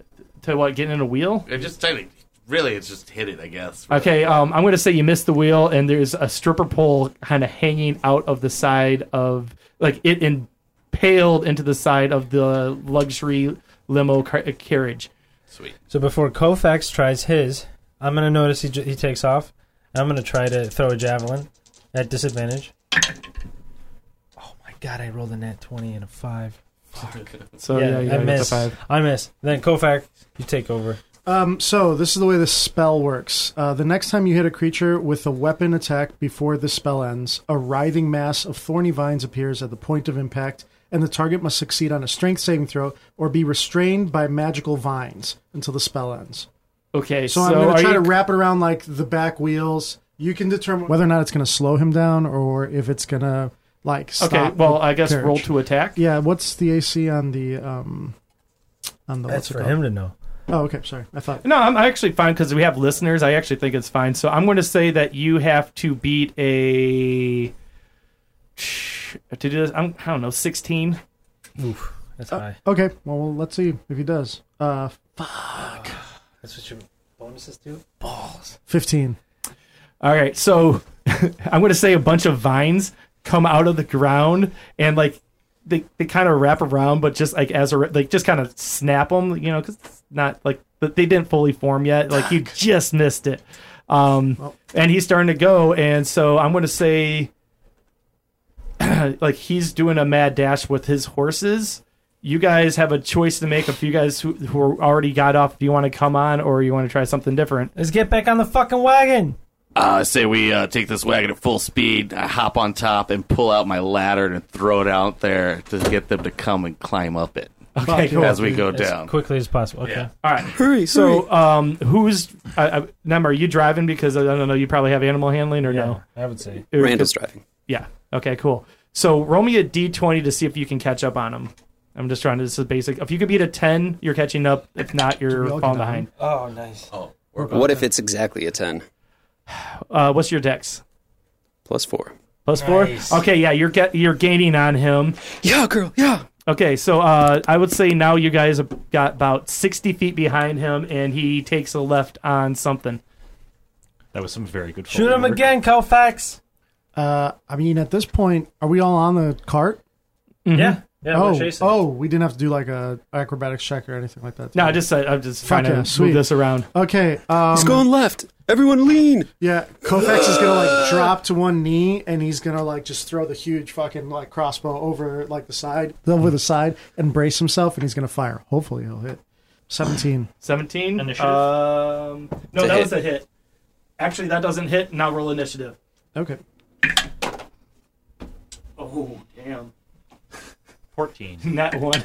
B: to what? Getting in a wheel.
H: It just tiny. Really, it's just hit it, I guess. really.
B: Okay. Um, I'm going to say you missed the wheel, and there's a stripper pole kind of hanging out of the side of like it impaled into the side of the luxury limo car- uh, carriage.
H: Sweet.
G: So before Kofax tries his, I'm gonna notice he j- he takes off. I'm gonna try to throw a javelin at disadvantage. Oh my god! I rolled a nat twenty and a five.
B: So Oh, yeah, you gotta
G: I
B: get the
G: miss.
B: five.
G: I miss. Then Kofax, you take over.
D: Um, so this is the way the spell works. Uh, the next time you hit a creature with a weapon attack before the spell ends, a writhing mass of thorny vines appears at the point of impact, and the target must succeed on a strength saving throw or be restrained by magical vines until the spell ends.
B: Okay.
D: So, I'm going
B: are
D: to try
B: you-
D: to wrap it around like the back wheels. You can determine whether or not it's going to slow him down or if it's going to like stop.
B: Okay. Well, I guess
D: carriage.
B: roll to attack.
D: yeah. What's the AC on the um on the
G: That's
D: what's it
G: for
D: called?
G: him to know.
D: Oh, okay. Sorry, I thought.
B: No, I'm actually fine because we have listeners. I actually think it's fine. So I'm going to say that you have to beat a to do this. I'm, I don't know, 16.
G: Oof, that's
D: Oh.
G: high.
D: uh, Okay, well, let's see if he does. Uh,
G: That's what your bonuses do.
D: 15.
B: All right, so (laughs) I'm going to say a bunch of vines come out of the ground and like they, they kind of wrap around, but just like as a like just kind of snap them, you know, because it's not like but they didn't fully form yet. Like you just missed it, um, and he's starting to go, and so I'm going to say (clears throat) like he's doing a mad dash with his horses. You guys have a choice to make. If you guys who, who are already got off, if you want to come on or you want to try something different.
G: Let's get back on the fucking wagon.
H: Uh, say we uh, take this wagon at full speed. I hop on top and pull out my ladder and throw it out there to get them to come and climb up it
B: (laughs) Okay, cool.
H: as we go
G: As
H: down.
G: quickly as possible. Okay.
B: All right.
E: Hurry,
B: So, um, who's uh, uh, Nem? Are you driving? Because I don't know. You probably have animal handling, or no?
G: I would say.
E: hurry. (laughs) Randall's driving.
B: Yeah. Okay. Cool. So roll me a d twenty to see if you can catch up on him. I'm just trying to. This is basic. If you could beat a ten, you're catching up. If not, you're
D: all
B: falling
D: get
B: behind.
G: Oh, nice.
E: What if it's exactly a 10?
B: Uh, what's your dex?
E: Plus 4.
B: Plus four.
G: Nice.
B: Okay. Yeah. You're get, you're gaining on him.
E: Yeah, girl, yeah.
B: Okay. So uh, I would say now you guys have got about sixty feet behind him, and he takes a left on something.
F: That was some very good.
G: Shoot
F: forward
G: him
F: work.
G: again, Kofax.
D: Uh, I mean, at this point, are we all on the cart?
B: Hmm?
G: Yeah.
B: Mm-hmm.
G: Yeah,
D: oh,
G: we're chasing.
D: oh, we didn't have to do like a acrobatics check or anything like that.
B: No, I just said I'm just trying
D: Fuck yeah,
B: to
D: sweet.
B: move this around.
D: Okay. Um,
E: He's going left. Everyone lean.
D: yeah, Kofax is gonna like drop to one knee, and he's gonna like just throw the huge fucking like crossbow over like the side, over the side, and brace himself, and he's gonna fire. Hopefully, he'll hit. Seventeen.
B: 17.
F: Initiative.
B: Um, no,
E: a
B: that
E: hit.
B: was a hit. Actually, that doesn't hit. Now roll initiative. (laughs)
D: Okay.
B: Oh, damn.
F: Fourteen.
B: Not one.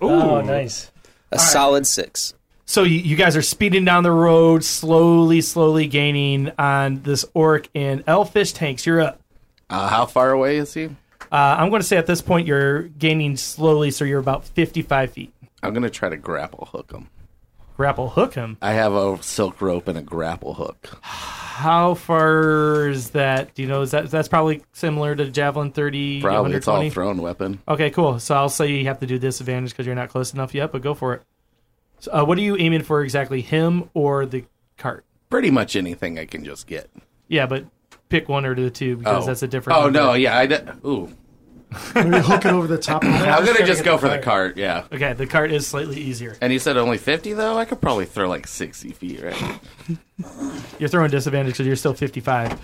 G: Oh, nice.
E: A solid 6.
B: So you, you guys are speeding down the road, slowly, slowly gaining on this orc and elfish tanks. You're up.
H: Uh, how far away is he?
B: Uh, I'm going to say at this point you're gaining slowly, so you're about 55 feet.
H: I'm gonna try to grapple hook him.
B: Grapple hook him.
H: I have a silk rope and a grapple hook.
B: How far is that? Do you know? Is that that's probably similar to javelin 30?
H: Probably it's all
B: 120?
H: thrown weapon.
B: Okay, cool. So I'll say you have to do disadvantage because you're not close enough yet, but go for it. So, uh, what are you aiming for exactly? Him or the cart?
H: Pretty much anything I can just get.
B: Yeah, but pick one or the two because that's a different.
H: Oh no,
B: number.
H: yeah. I d- ooh,
D: Maybe hook it over the
H: (laughs)
D: top. Of the
H: I'm gonna just go for the cart. Yeah.
B: Okay, the cart is slightly easier.
H: And you said only 50 though. I could probably throw like 60 feet, right?
B: You're throwing disadvantage because you're still 55.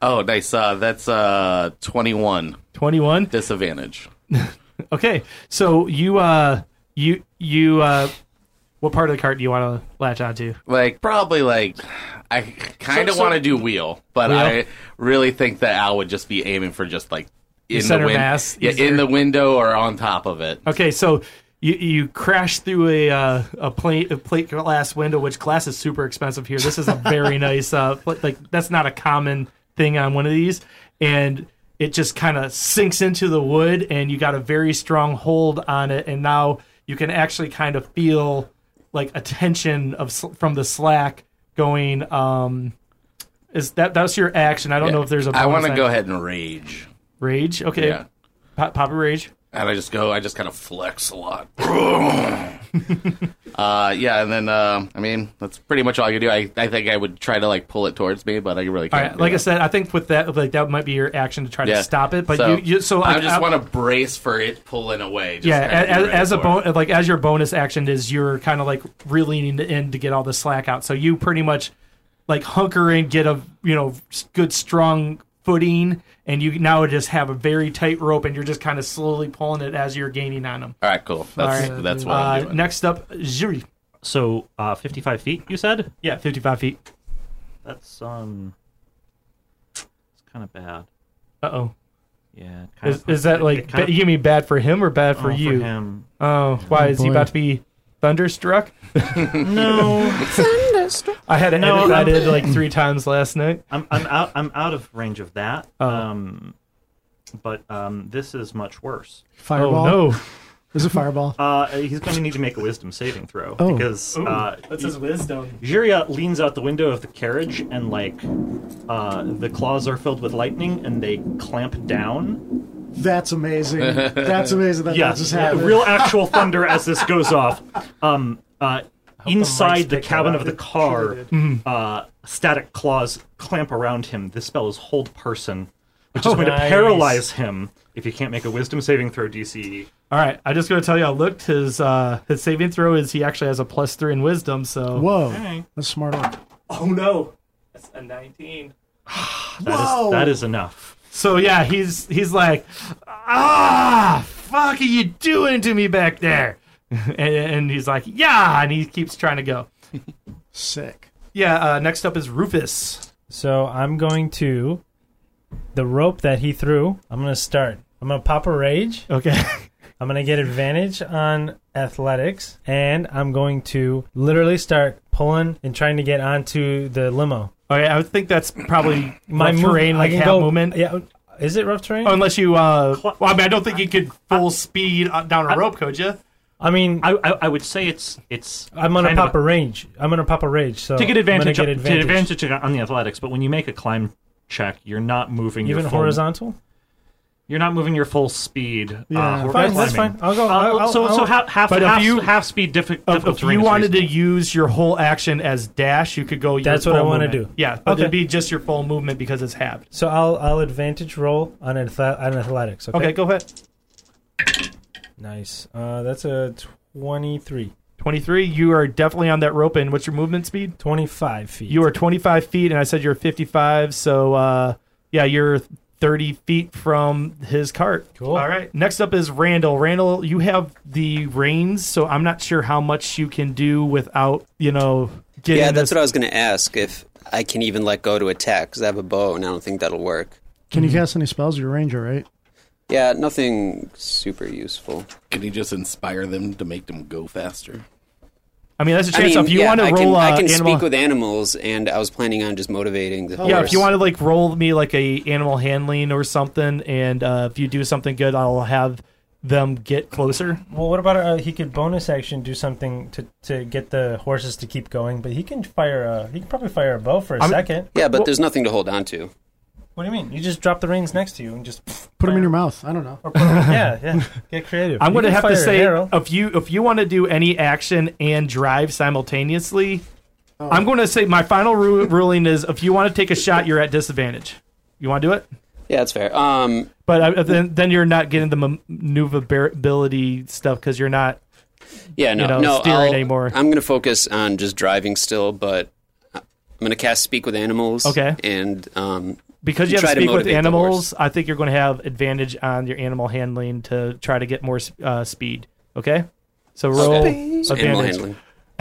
H: Oh, nice. Uh, that's uh 21
B: 21.
H: disadvantage.
B: Okay, so you uh you you uh what part of the cart do you want to latch onto?
H: Like probably like I kind of want to do wheel, but I really think that Al would just be aiming for just like in
B: center
H: the win-
B: mass,
H: yeah,
B: easier.
H: in the window or on top of it.
B: Okay, so you you crash through a uh, a plate a plate glass window, which glass is super expensive here. This is a very
H: (laughs)
B: nice uh pla- like that's not a common thing on one of these, and it just kind of sinks into the wood, and you got a very strong hold on it, and now you can actually kind of feel like a tension of sl- from the slack going. Um, is that that's your action? I don't know if there's a.
H: I want
B: bonus
H: to go
B: act-
H: ahead and rage.
B: Rage. Okay.
H: Yeah.
B: Pop, pop a rage.
H: And I just go, I just kind of flex a lot. (laughs) uh, yeah, and then, um I mean, that's pretty much all I can do. I, I think I would try to, like, pull it towards me, but I really
B: All
H: can't.
B: right.
H: do
B: Like I
H: that.
B: said, I think with that, like that might be your action to try
H: Yeah.
B: to stop it. But
H: So,
B: you, you, so
H: I
B: like, uh,
H: just want to brace for it pulling away. Just
B: yeah,
H: kinda be
B: as,
H: ready
B: as a
H: for it.
B: bon- like as your bonus action is you're kind of like really leaning in to get all the slack out. So you pretty much like hunker in, get a you know s- good strong footing, and you now just have a very tight rope, and you're just kind of slowly pulling it as you're gaining on them.
H: All right, cool. That's,
B: All right.
H: that's what I'm
B: Uh,
H: doing.
B: next up, Zuri.
F: So uh, 55 feet, you said?
B: Yeah, 55 feet.
F: That's um, it's kind of bad.
B: Uh oh.
F: Yeah. Kind
B: Is, is that like ba- you mean bad for him or bad for you?
F: Oh, him.
B: Oh, why is he
D: boy.
B: about to be thunderstruck?
F: No,
B: I had to
F: No,
B: edit that
F: I'm-
B: in like three times last night.
F: I'm I'm out I'm out of range of that.
B: Oh.
F: Um, but um, this is much worse.
D: Fireball.
B: Oh no.
D: There's a fireball.
F: Uh, he's going to need to make a Wisdom saving throw
D: Oh.
F: because uh,
B: wisdom.
F: Jiria leans out the window of the carriage and like uh, the claws are filled with lightning and they clamp down.
D: That's amazing. That's amazing. That that just happened.
F: real
G: (laughs)
F: actual thunder as this goes off. Um, uh, inside the,
G: picked that
F: cabin
G: up.
F: of the car,
G: Mm-hmm.
F: uh, static claws clamp around him. This spell is hold person, which is going to
G: Oh, Nice.
F: paralyze him if he can't make a Wisdom saving throw DC.
B: All right, I just gotta tell you, I looked his uh his saving throw is he actually has a plus three in wisdom. So
D: Whoa. That's smart. Orc.
B: oh no, that's a nineteen.
F: That is-
D: Whoa.
F: that is enough.
B: So yeah, he's he's like, ah, fuck are you doing to me back there? (laughs) and, and he's like, yeah, and he keeps trying to go.
D: Sick.
B: Yeah. Uh, next up is Rufus.
G: So I'm going to the rope that he threw. I'm gonna start. I'm gonna pop a rage.
B: Okay. (laughs)
G: I'm gonna get advantage on athletics, and I'm going to literally start pulling and trying to get onto the limo.
B: Okay, I would think that's probably my
G: move-
B: terrain,
G: I
B: like
G: can
B: half
G: go-
B: movement.
G: Yeah, is it rough terrain?
B: Unless you, uh,
F: Cl-
B: well, I mean, I don't think you could full speed uh, down a rope, could you?
G: I mean, I,
F: I, I, I would say it's it's.
G: am gonna
F: kind of
G: pop a rage. I'm gonna pop a rage. So
F: to get
G: Oh, I'm gonna
F: advantage,
G: get
F: to get advantage on the athletics. But when you make a climb check, you're not moving
G: Even
F: your full,
G: horizontal.
F: You're not moving your full speed.
D: Yeah.
F: uh, or
G: Fine, that's
F: climbing.
G: fine. I'll go.
F: Uh,
G: I'll, I'll,
F: so
G: I'll,
F: so half half,
B: But if
F: half,
B: you-
F: half speed diffi-
B: If-
F: difficult
B: if
F: terrain
B: you
F: is
B: wanted to
F: reasonable.
B: use your whole action as dash, you could go. Your
G: That's what
B: full
G: I wanna
B: movement.
G: do.
B: Yeah, but it'd
G: Okay.
B: be just your full movement because it's halved.
G: so I'll I'll advantage roll on ath- on athletics. Okay.
B: Okay, go ahead.
G: Nice. Uh, that's a twenty-three.
B: Twenty-three. You are definitely on that rope. And what's your movement speed?
G: 25 feet.
B: You are twenty-five feet, and I said you're fifty-five. So, uh, yeah, you're thirty feet from his cart.
G: Cool.
B: All right. Next up is Randall. Randall, you have the reins, so I'm not sure how much you can do without you know getting.
E: Yeah, that's
B: this-
E: what I was going to ask if I can even let go to attack because I have a bow and I don't think that'll work.
D: Can you cast any spells? You're a ranger, right?
E: Yeah, nothing super useful.
H: Can you just inspire them to make them go faster?
B: I mean, that's a
E: I
B: chance.
E: mean,
B: if you
E: yeah,
B: want to
E: I
B: roll,
E: can, I
B: uh,
E: can
B: animal-
E: speak with animals, and I was planning on just motivating the horse.
B: Yeah, if you want to like roll me like a animal handling or something, and uh, if you do something good, I'll have them get closer.
G: Well, what about uh, he could bonus action do something to, to get the horses to keep going, but he can fire a he can probably fire a bow for a
B: I'm-
G: second.
E: Yeah, but
B: Well-
E: there's nothing to hold on to.
G: What do you mean? You just drop the reins next to you
B: (laughs)
G: and just (laughs)
D: Put them in your mouth. I don't know.
G: or put 'em- yeah, yeah. Get creative.
B: I'm
G: You
B: going to
G: can
B: have
G: fire
B: to
G: an
B: say uh,
G: arrow.
B: if you if you want to do any action and drive simultaneously,
E: Oh.
B: I'm going to say my final ru- ruling is if you want to take a shot, you're at disadvantage. You want to do it,
E: Yeah, that's fair. Um,
B: but uh, then then you're not getting the man- maneuverability stuff because you're not.
E: yeah, no,
B: You know,
E: no.
B: steering
E: I'll-
B: anymore.
E: I'm going to focus on just driving still, but I'm going to cast speak with animals.
B: Okay.
E: and um,
B: Because you have to
E: Try to
B: speak with
E: motivate the
B: animals, I think you're going to have advantage on your animal handling to try to get more uh, speed. Okay, so roll
E: Okay. animal
B: advantage. (laughs)
E: handling. (laughs)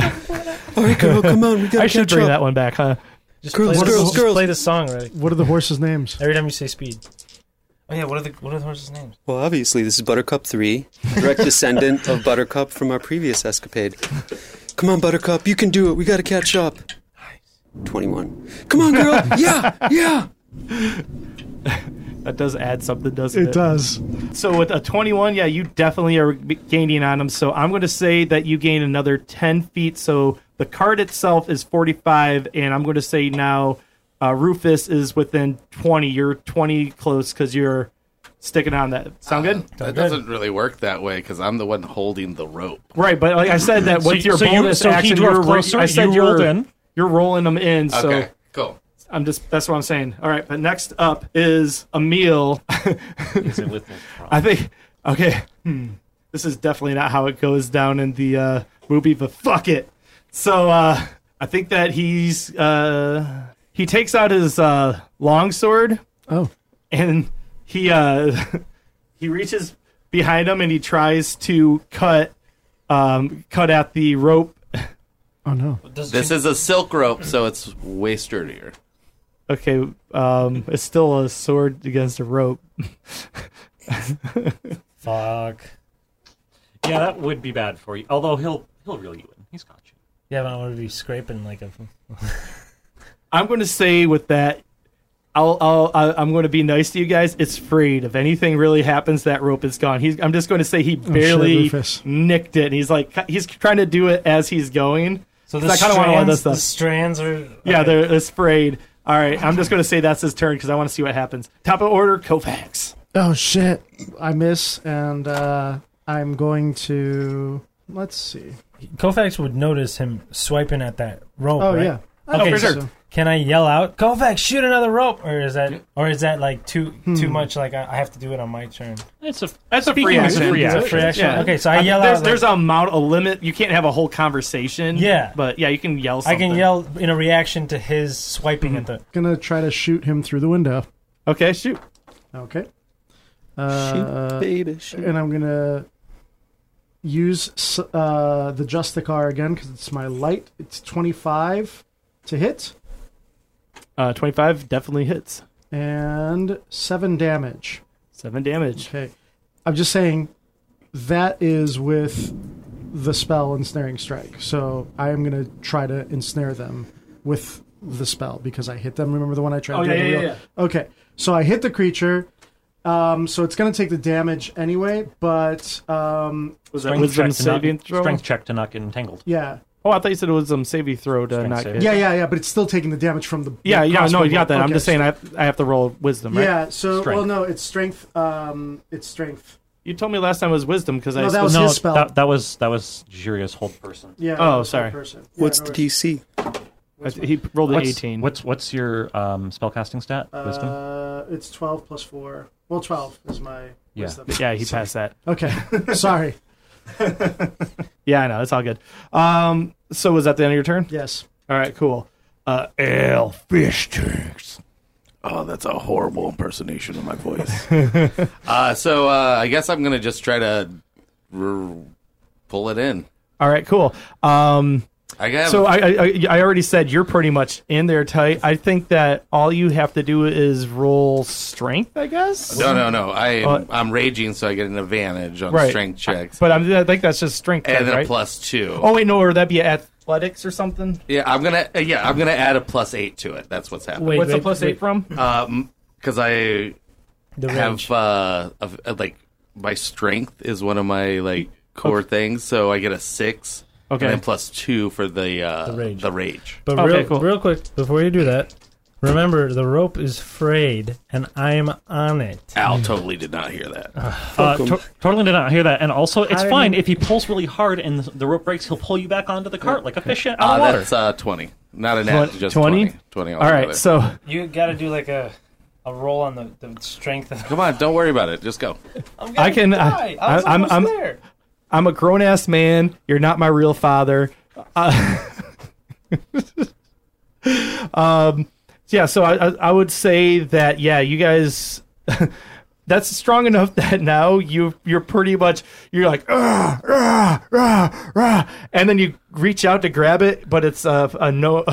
E: All right, girl, come on, we got
B: I should bring that one back, huh?
G: just,
E: girls,
G: play the,
E: girls,
G: just
E: girls.
G: play the song right
D: What are the horses' names?
G: every time you say speed. Oh yeah, what are the what are the horses' names?
E: Well, obviously, this is Buttercup 3,
B: (laughs)
E: direct descendant of Buttercup from our previous escapade. Come on, Buttercup, you can do it. We got to catch up. 21. Come
B: (laughs)
E: on, girl. Yeah, yeah.
B: That does add something, doesn't it?
D: It does.
B: So with a 21, yeah, you definitely are gaining on him. So I'm going to say that you gain another 10 feet. So The card itself is 45, and I'm going to say now uh, Rufus is within 20. You're 20 close because you're sticking on that. Sound good?
H: That Uh, doesn't really work that way because I'm the one holding the rope.
B: Right, but like I said, that with your
F: so you-
B: bonus
F: so he
B: action,
F: drove
B: you're, ro-
F: closer,
B: I said
F: you rolled
B: you're-
F: in.
B: You're rolling them in, so
H: Okay, cool.
B: I'm just that's what I'm saying. All right, but next up is Emil. (laughs)
F: Is it with
B: I think okay. Hmm. This is definitely not how it goes down in the uh, movie, but fuck it. So uh, I think that he's uh, he takes out his uh, longsword
D: Oh,
B: and he uh, (laughs) he reaches behind him and he tries to cut um, cut at the rope.
D: oh no.
H: This is a silk rope, so it's way sturdier.
B: Okay, um, it's still a sword against a rope.
G: Fuck.
F: Yeah, that would be bad for you. Although he'll he'll reel you in. He's got you.
G: Yeah, but I want to be scraping like a.
B: I'm going to say with that, I'll, I'll, I- I'm going to be nice to you guys. It's freed. If anything really happens, that rope is gone. He's, I'm just going to say he barely
D: Rufus.
B: nicked it, and he's like he's trying to do it as he's going.
G: So
B: I kinda wanna learn this
G: the
B: stuff.
G: strands are.
B: Yeah, they're it's frayed. All right, I'm just going to say that's his turn because I want to see what happens. Top of order, Kovacs.
D: Oh shit! I miss, and uh, I'm going to let's see.
G: Kofax would notice him swiping at that rope.
D: Oh
G: right?
D: yeah.
G: Okay,
D: for
G: so-
D: sure.
G: Can I yell out, Kofax, shoot another rope, or is that, or is that like too too much? Like I, I have to do it on my turn.
F: It's a
B: That's a
F: free action. Free
G: It's a
F: action.
G: free action. Okay, so I, yell
B: Uh, there's,
G: out.
B: there's
G: There's
B: a amount, a limit. You can't have a whole conversation.
G: Yeah.
B: but yeah, you can yell.
G: I
B: Something.
G: can yell in a reaction to his swiping at the.
D: Gonna try to shoot him through the window.
B: Okay, shoot.
D: Okay. Uh,
E: baby, shoot.
D: and I'm gonna use s- uh, the Justicar again because it's my light. It's 25 to hit
B: Uh, 25 definitely hits.
D: and seven damage.
B: Seven damage.
D: Okay, I'm just saying that is with the spell ensnaring strike. So I am gonna try to ensnare them with the spell because I hit them. Remember the one I tried
B: Oh,
D: to
B: yeah,
D: do?
B: yeah,
D: the
B: yeah,
D: Okay, so I hit the creature. Um, so it's gonna take the damage anyway, but um,
B: Was that
F: strength
B: wisdom
F: check to not-
B: saving throw?
F: Strength check to not get entangled.
D: yeah,
B: Oh, I thought you said it was um saving throw to
F: Strength
B: not
F: save.
B: get.
D: Yeah, yeah, yeah, but it's still taking the damage from the.
B: yeah,
D: the
B: yeah. No,
D: crossbow
B: you got that.
D: bolt.
B: I'm
D: Okay,
B: just saying I have, I have to roll wisdom, right?
D: Yeah, so well,
F: Strength.
D: no, it's strength. Um, it's strength.
B: You told me last time it was wisdom because I.
D: No, that
B: was,
D: was his spell.
F: That, that was that was Jiria's hold person.
D: yeah.
B: Oh,
D: that's
B: sorry.
D: the person. Yeah,
E: What's
D: no
E: the
D: worries.
E: DC?
B: he rolled an
F: What's,
B: 18.
F: What's what's your um, spellcasting stat? Wisdom.
D: Uh, it's twelve plus four. Well, twelve is my.
F: Yeah.
D: wisdom.
F: (laughs)
B: yeah, he passed that.
D: (laughs) Okay, sorry.
B: Yeah, I know. It's all good. Um, so was that the end of your turn?
D: Yes.
B: All right, cool. Uh, ale fish tanks.
C: Oh, that's a horrible impersonation of my voice.
H: (laughs) Uh, so uh, I guess I'm gonna just try to r- pull it in.
B: All right, cool. Um,
H: I got
B: So I, I I- I already said you're pretty much in there tight. I think that all you have to do is roll strength, I guess.
H: no, no, no. I
B: Uh,
H: I'm raging, so I get an advantage on strength checks,
B: But I'm, I think that's just strength, check,
H: and then
B: right?
H: a plus two.
B: Oh wait, no, or that'd be athletics or something.
H: Yeah, I'm gonna uh, yeah I'm gonna add a plus eight to it. That's what's happening.
G: Wait,
B: What's the
G: wait,
B: plus
G: wait,
B: eight from?
H: Because I
G: The range.
H: have uh of, uh, like my strength is one of my like core things, so I get a six.
B: Okay.
H: And then plus two for the uh,
G: The rage.
H: The rage.
G: But
B: Okay,
G: real,
B: cool.
G: real quick, before you do that, remember the rope is frayed and I'm on it.
H: Al totally did not hear
B: Uh-huh.
H: that.
F: Uh, Tor- Torlin did not hear that, and also it's
G: I-
F: fine if he pulls really hard and the rope breaks, he'll pull you back onto the cart like a fish out of
H: Uh,
F: water.
H: that's uh, twenty, not an
B: Twen-
H: act, just
B: 20?
H: twenty. Twenty.
B: All right, so
G: You got to do like a a roll on the, the strength. Of,
H: Come on, don't worry about it. Just go.
G: I'm
B: I can- I-
G: die. (laughs) I was
B: I- I'm-
G: almost
B: I'm-
G: there.
B: I'm a grown ass man. You're not my real father. Uh, (laughs) um, yeah, so I, I, I would say that yeah, you guys. (laughs) That's strong enough (laughs) that now you you're pretty much you're like ah ah ah ah, and then you reach out to grab it, but it's a a, no, (laughs)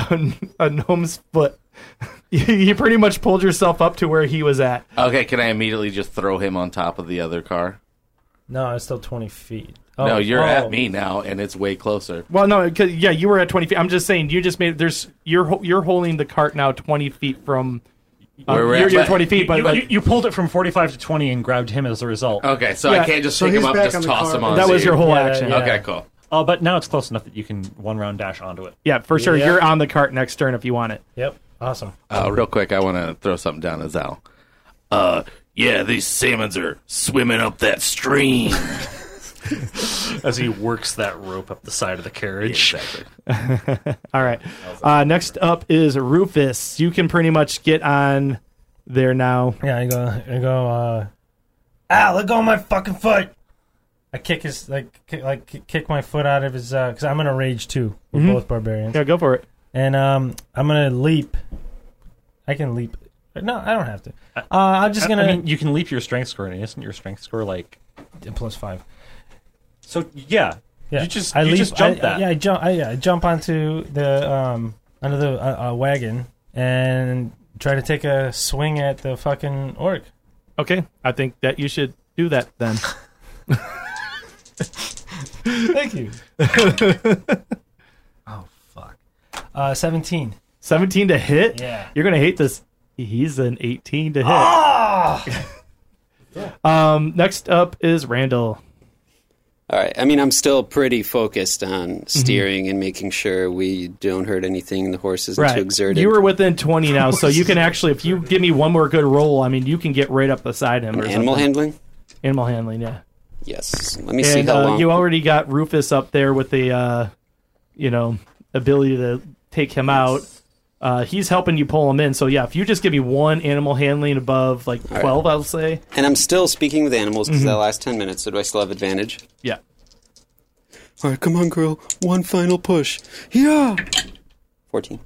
B: a gnome's foot. (laughs) you, you pretty much pulled yourself up to where he was at.
H: Okay, can I immediately just throw him on top of the other car?
G: No, it's still 20 feet.
H: no, you're
G: oh.
H: at me now, and it's way closer.
B: Well, no, 'cause- yeah, you were at twenty feet. I'm just saying, you just made there's you're ho- you're holding the cart now twenty feet from. uh,
H: Where we're
B: you're,
H: at,
B: you're
H: but-
B: twenty feet, but
F: you,
B: like,
F: you- you pulled it from 45 to 20 and grabbed him as a result.
H: Okay, so
B: Yeah,
H: I can't just
D: so
H: pick him
D: he's
H: up,
D: back
H: just
D: on the
H: toss
D: car.
H: him on.
B: that was
H: to
B: your
H: you.
B: whole
G: Yeah,
B: action.
G: yeah.
H: Okay, cool.
F: Oh, but now it's close enough that you can one round dash onto it.
B: Yeah, for sure.
G: Yeah.
B: You're on the cart next turn if you want it.
G: Yep. Awesome.
H: Uh, real quick, I want to throw something down to Zal.
A: Uh, yeah, these salmons are swimming up that stream.
F: As he works that rope up the side of the carriage.
B: All right. Uh, next up is Rufus. You can pretty much get on there now.
G: Yeah, I go, I go, uh, ah, let go of my fucking foot. I kick his, like, kick, like ki- kick my foot out of his, uh, because I'm in a rage too. We're
F: Mm-hmm.
G: both barbarians.
B: Yeah, go for it.
G: And, um, I'm gonna leap. I can leap. No, I don't have to. Uh, I'm just
F: I-
G: gonna.
F: I mean, you can leap your strength score, and isn't your strength score like?
G: plus five.
F: So yeah,
G: Yeah.
F: you just you just jump
G: I,
F: that.
G: Yeah, I jump. I, yeah, I jump onto the um under the uh, uh, wagon and try to take a swing at the fucking orc.
B: Okay. I think that you should do that (laughs) then.
G: Thank (laughs) you. oh fuck. Uh, seventeen.
B: 17 to hit?
G: Yeah.
B: You're going to hate this. He's an 18 to hit.
G: Ah!
B: (laughs) um, next up is Randall.
E: All right. I mean, I'm still pretty focused
B: Mm-hmm.
E: on steering and making sure we don't hurt anything the horses
B: Right.
E: into exerting.
B: You were within 20 now, so
E: (laughs)
B: you can actually, if you give me one more good roll, I mean, you can get right up beside him. Or
E: animal
B: something.
E: handling.
B: Animal handling, yeah.
E: Yes. Let me see
B: And
E: how
B: uh,
E: long.
B: you already got Rufus up there with the, uh, you know, ability to take him out. Uh, he's helping you pull him in. So, yeah, if you just give me one animal handling above, like, 12, I'll say.
E: and I'm still speaking with animals because
B: Mm-hmm.
E: that last ten minutes. So do I still have advantage?
B: Yeah.
E: All right, come on, girl. One final push. Yeah. Fourteen.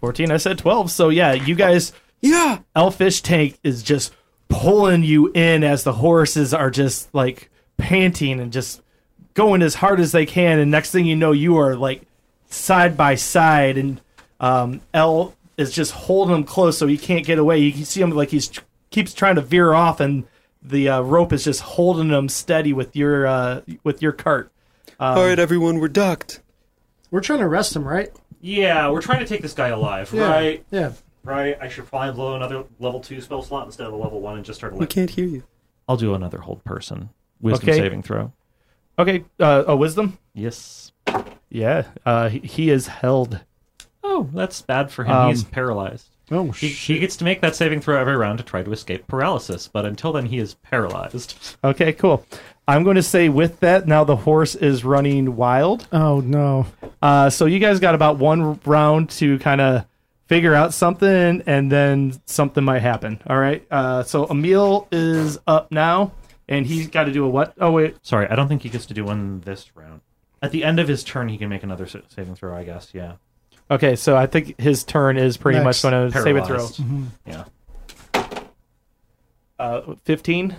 B: 14, I said 12. So, yeah, you guys.
E: Yeah.
B: elfish tank is just pulling you in as the horses are just like panting and just going as hard as they can and next thing you know you are like side by side and um l is just holding him close so he can't get away you can see him like he's keeps trying to veer off and the uh, rope is just holding him steady with your uh with your cart
E: All right, everyone, we're docked.
D: We're trying to arrest him, right?
F: Yeah, we're trying to take this guy alive, right?
D: Yeah.
F: Right. I should probably blow another level two spell slot instead of a level one and just start.
E: We can't hear you.
F: I'll do another hold person wisdom
B: Okay.
F: saving throw.
B: okay uh a wisdom
F: Yes.
B: yeah uh he, he is held
F: Oh, that's bad for him. He's
B: Um,
F: paralyzed.
D: Oh,
F: He, he gets to make that saving throw every round to try to escape paralysis, but until then, he is paralyzed.
B: Okay, cool. I'm going to say with that, now the horse is running wild.
D: Oh no.
B: Uh, so you guys got about one round to kind of figure out something, and then something might happen. All right. Uh, so Emil is up now, and he's got to do a what? Oh wait,
F: Sorry, I don't think he gets to do one this round. At the end of his turn, he can make another sa- saving throw, I guess. Yeah.
B: okay. So I think his turn is pretty
D: Next.
B: much going to save a throw.
F: Paralyzed. Mm-hmm. Yeah.
B: Uh, Fifteen.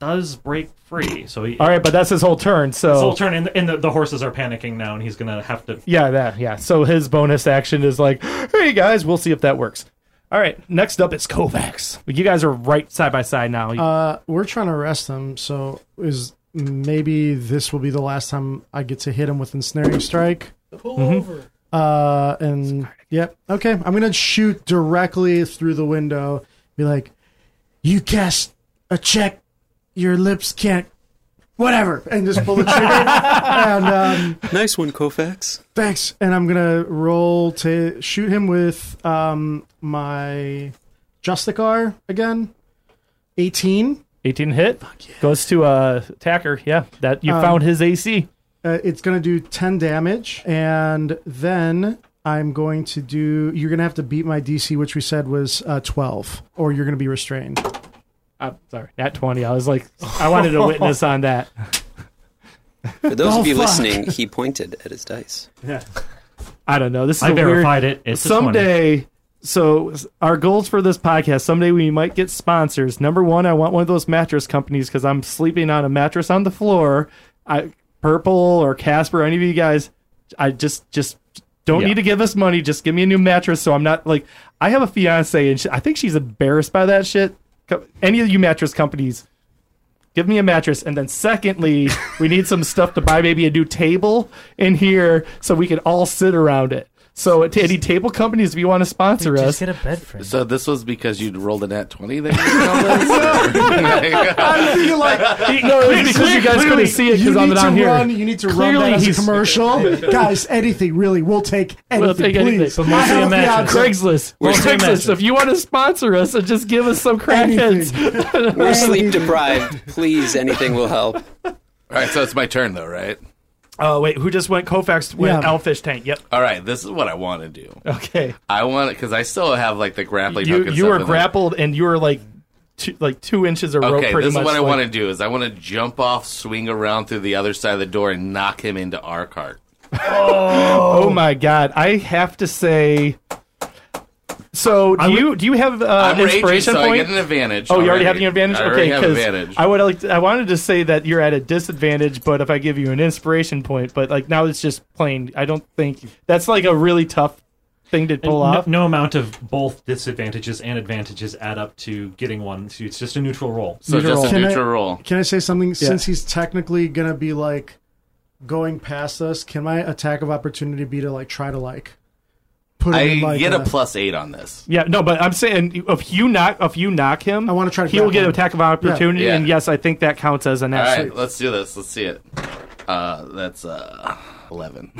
F: Does break free, so he.
B: All right, but that's his whole turn. So
F: His whole turn, and, and the, the horses are panicking now, and he's gonna have to.
B: Yeah, that. Yeah. So his bonus action is like, "Hey guys, we'll see if that works." All right. Next up is Kovacs. You guys are right side by side now.
D: Uh, we're trying to arrest him, so is maybe this will be the last time I get to hit him with ensnaring strike. Pull over. Uh, and yep. Okay, I'm gonna shoot directly through the window. Be like, you cast a check, your lips can't, whatever, and just pull the trigger. and um,
E: Nice one, Kofax.
D: thanks. And I'm gonna roll to shoot him with um my Justicar again. 18.
B: 18 hit goes to uh attacker. Yeah, that you found his AC.
D: Uh, it's going to do 10 damage. And then I'm going to do. You're going to have to beat my DC, which we said was uh, 12, or you're going to be (laughs) restrained.
B: I'm sorry, at 20. I was like, I wanted (laughs) a witness on that.
E: For those
D: Oh,
E: of you
D: fuck.
E: listening, he pointed at his dice.
B: I don't know. This is
F: I
B: a weird.
F: verified it. It's a 20.
B: someday so s- our goals for this podcast someday we might get sponsors number one i want one of those mattress companies because i'm sleeping on a mattress on the floor i purple or casper any of you guys i just just don't
F: Yeah.
B: need to give us money just give me a new mattress so i'm not like i have a fiance and she, i think she's embarrassed by that shit Co- any of you mattress companies give me a mattress and then secondly we need some stuff to buy maybe a new table in here so we can all sit around it So, at any table companies, if you want to sponsor
G: Just
B: us,
G: get a bed frame.
H: So this was because you'd rolled a nat twenty
B: (laughs)
H: that you know
D: I'm thinking (laughs) like
B: no, it was because you guys couldn't see it
D: you
B: because I'm
D: need
B: down
D: to
B: here.
D: run. You need to
B: Clearly
D: run that as
B: he's-
D: a (laughs) commercial, guys. Anything really, we'll take anything.
B: We'll take anything,
D: please.
B: but
D: I
G: mostly
D: have the
G: a
D: odds.
G: mattress.
B: Craigslist.
G: We're saying
B: Craigslist.
G: matches.
B: If you want to sponsor us, and just give us some crackheads.
E: We're sleep deprived. Please, anything will help.
H: All right, so it's my turn though, right?
B: Oh wait, who just went? Kofax went
D: Yeah.
B: Elfish Tank. Yep.
H: All right, this is what I want to do.
B: Okay.
H: I want it because I still have like the grappling
B: you
H: hook. And
B: you
H: stuff
B: were
H: in there.
B: grappled and you were like two, like two inches of rope.
H: Okay,
B: Pretty
H: this is
B: much,
H: what I
B: like-
H: want to do: is I want to jump off, swing around through the other side of the door, and knock him into our cart.
B: Oh my god! I have to say. So do you do you have uh,
H: I'm raging,
B: inspiration
H: so I
B: point?
H: get an advantage.
B: oh, you already
H: already
B: have an advantage.
H: I already
B: okay,
H: have
B: 'cause
H: advantage.
B: I would like to, I wanted to say that you're at a disadvantage, but if I give you an inspiration point, but like now it's just plain. I don't think that's like a really tough thing to pull
J: No,
B: off.
J: no amount of both disadvantages and advantages add up to getting one. So it's just a neutral roll.
H: so
D: Neutral
H: just a
D: roll.
H: neutral
D: Can I-
H: roll.
D: Can I say something? Since he's technically gonna be like going past us, can my attack of opportunity be to like try to like put him
H: I
D: in like
H: get
D: a,
H: a plus eight on this.
B: Yeah, no, but I'm saying if you knock if you knock him,
D: I wanna try to
B: He will
D: grapple
B: get an
D: him.
B: attack of opportunity,
H: Yeah.
B: and yes, I think that counts as an
H: All
B: action.
H: right, let's do this. Let's see it. Uh, that's uh,
B: (laughs)
H: eleven.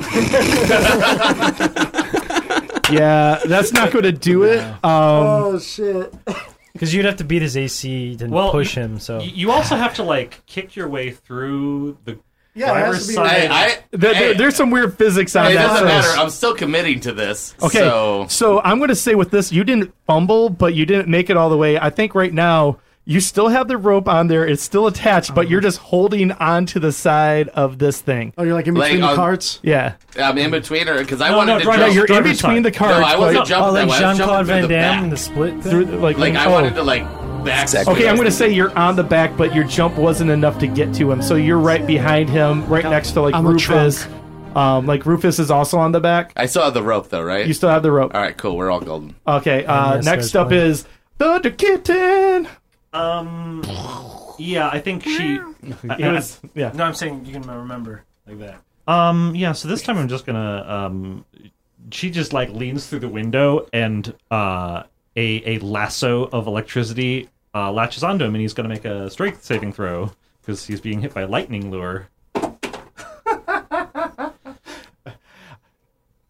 B: Yeah, that's not going to do
H: (laughs)
B: it. Um,
D: Oh shit!
G: Because you'd have to beat his AC to
J: Well,
G: push him. So
J: Y- You also have to like kick your way through the
D: Yeah, it
J: driver's
D: has to be-
J: side.
H: I, I,
B: there- there-
H: hey,
B: there's some weird physics on
H: it
B: that.
H: doesn't
B: so-
H: matter. I'm still committing to this.
B: Okay,
H: So
B: I'm going to say with this, you didn't fumble, but you didn't make it all the way. I think right now you still have the rope on there; it's still attached, but you're just holding on to the side of this thing.
D: Oh, you're like in
H: Like,
D: between
H: um,
D: the carts.
B: Yeah,
H: I'm in between her because I
J: No,
H: wanted
J: no,
H: to
J: drive-
B: yeah,
H: jump.
B: you're in
J: driver's
B: between
J: side.
B: the
H: No,
B: cars.
H: I wasn't
B: like,
G: oh,
H: jumping. that
G: like
H: way. I
G: Jean
H: was
G: Claude
H: jumping through
G: Van
H: the
G: Damme
H: back.
G: in the split
B: through,
G: thing.
B: like,
H: Like I
B: oh.
H: wanted to like back.
E: Exactly.
B: Okay, I'm going to say you're on the back, but your jump wasn't enough to get to him. So you're right behind him, right next to like
D: I'm a
B: Rufus. Um, like Rufus is also on the back.
H: I still have the rope though, right?
B: You still have the rope.
H: All right, cool. We're all golden.
B: Okay. Uh,
G: yes,
B: next
G: there's
B: up
G: one.
B: is Thunder Kitten.
J: Um, yeah, I think she.
B: He was- yeah.
G: No, I'm saying you can remember like that.
J: Um, yeah. So this time I'm just gonna. Um, she just like leans through the window and uh, a a lasso of electricity uh, latches onto him, and he's gonna make a strength saving throw because he's being hit by a lightning lure.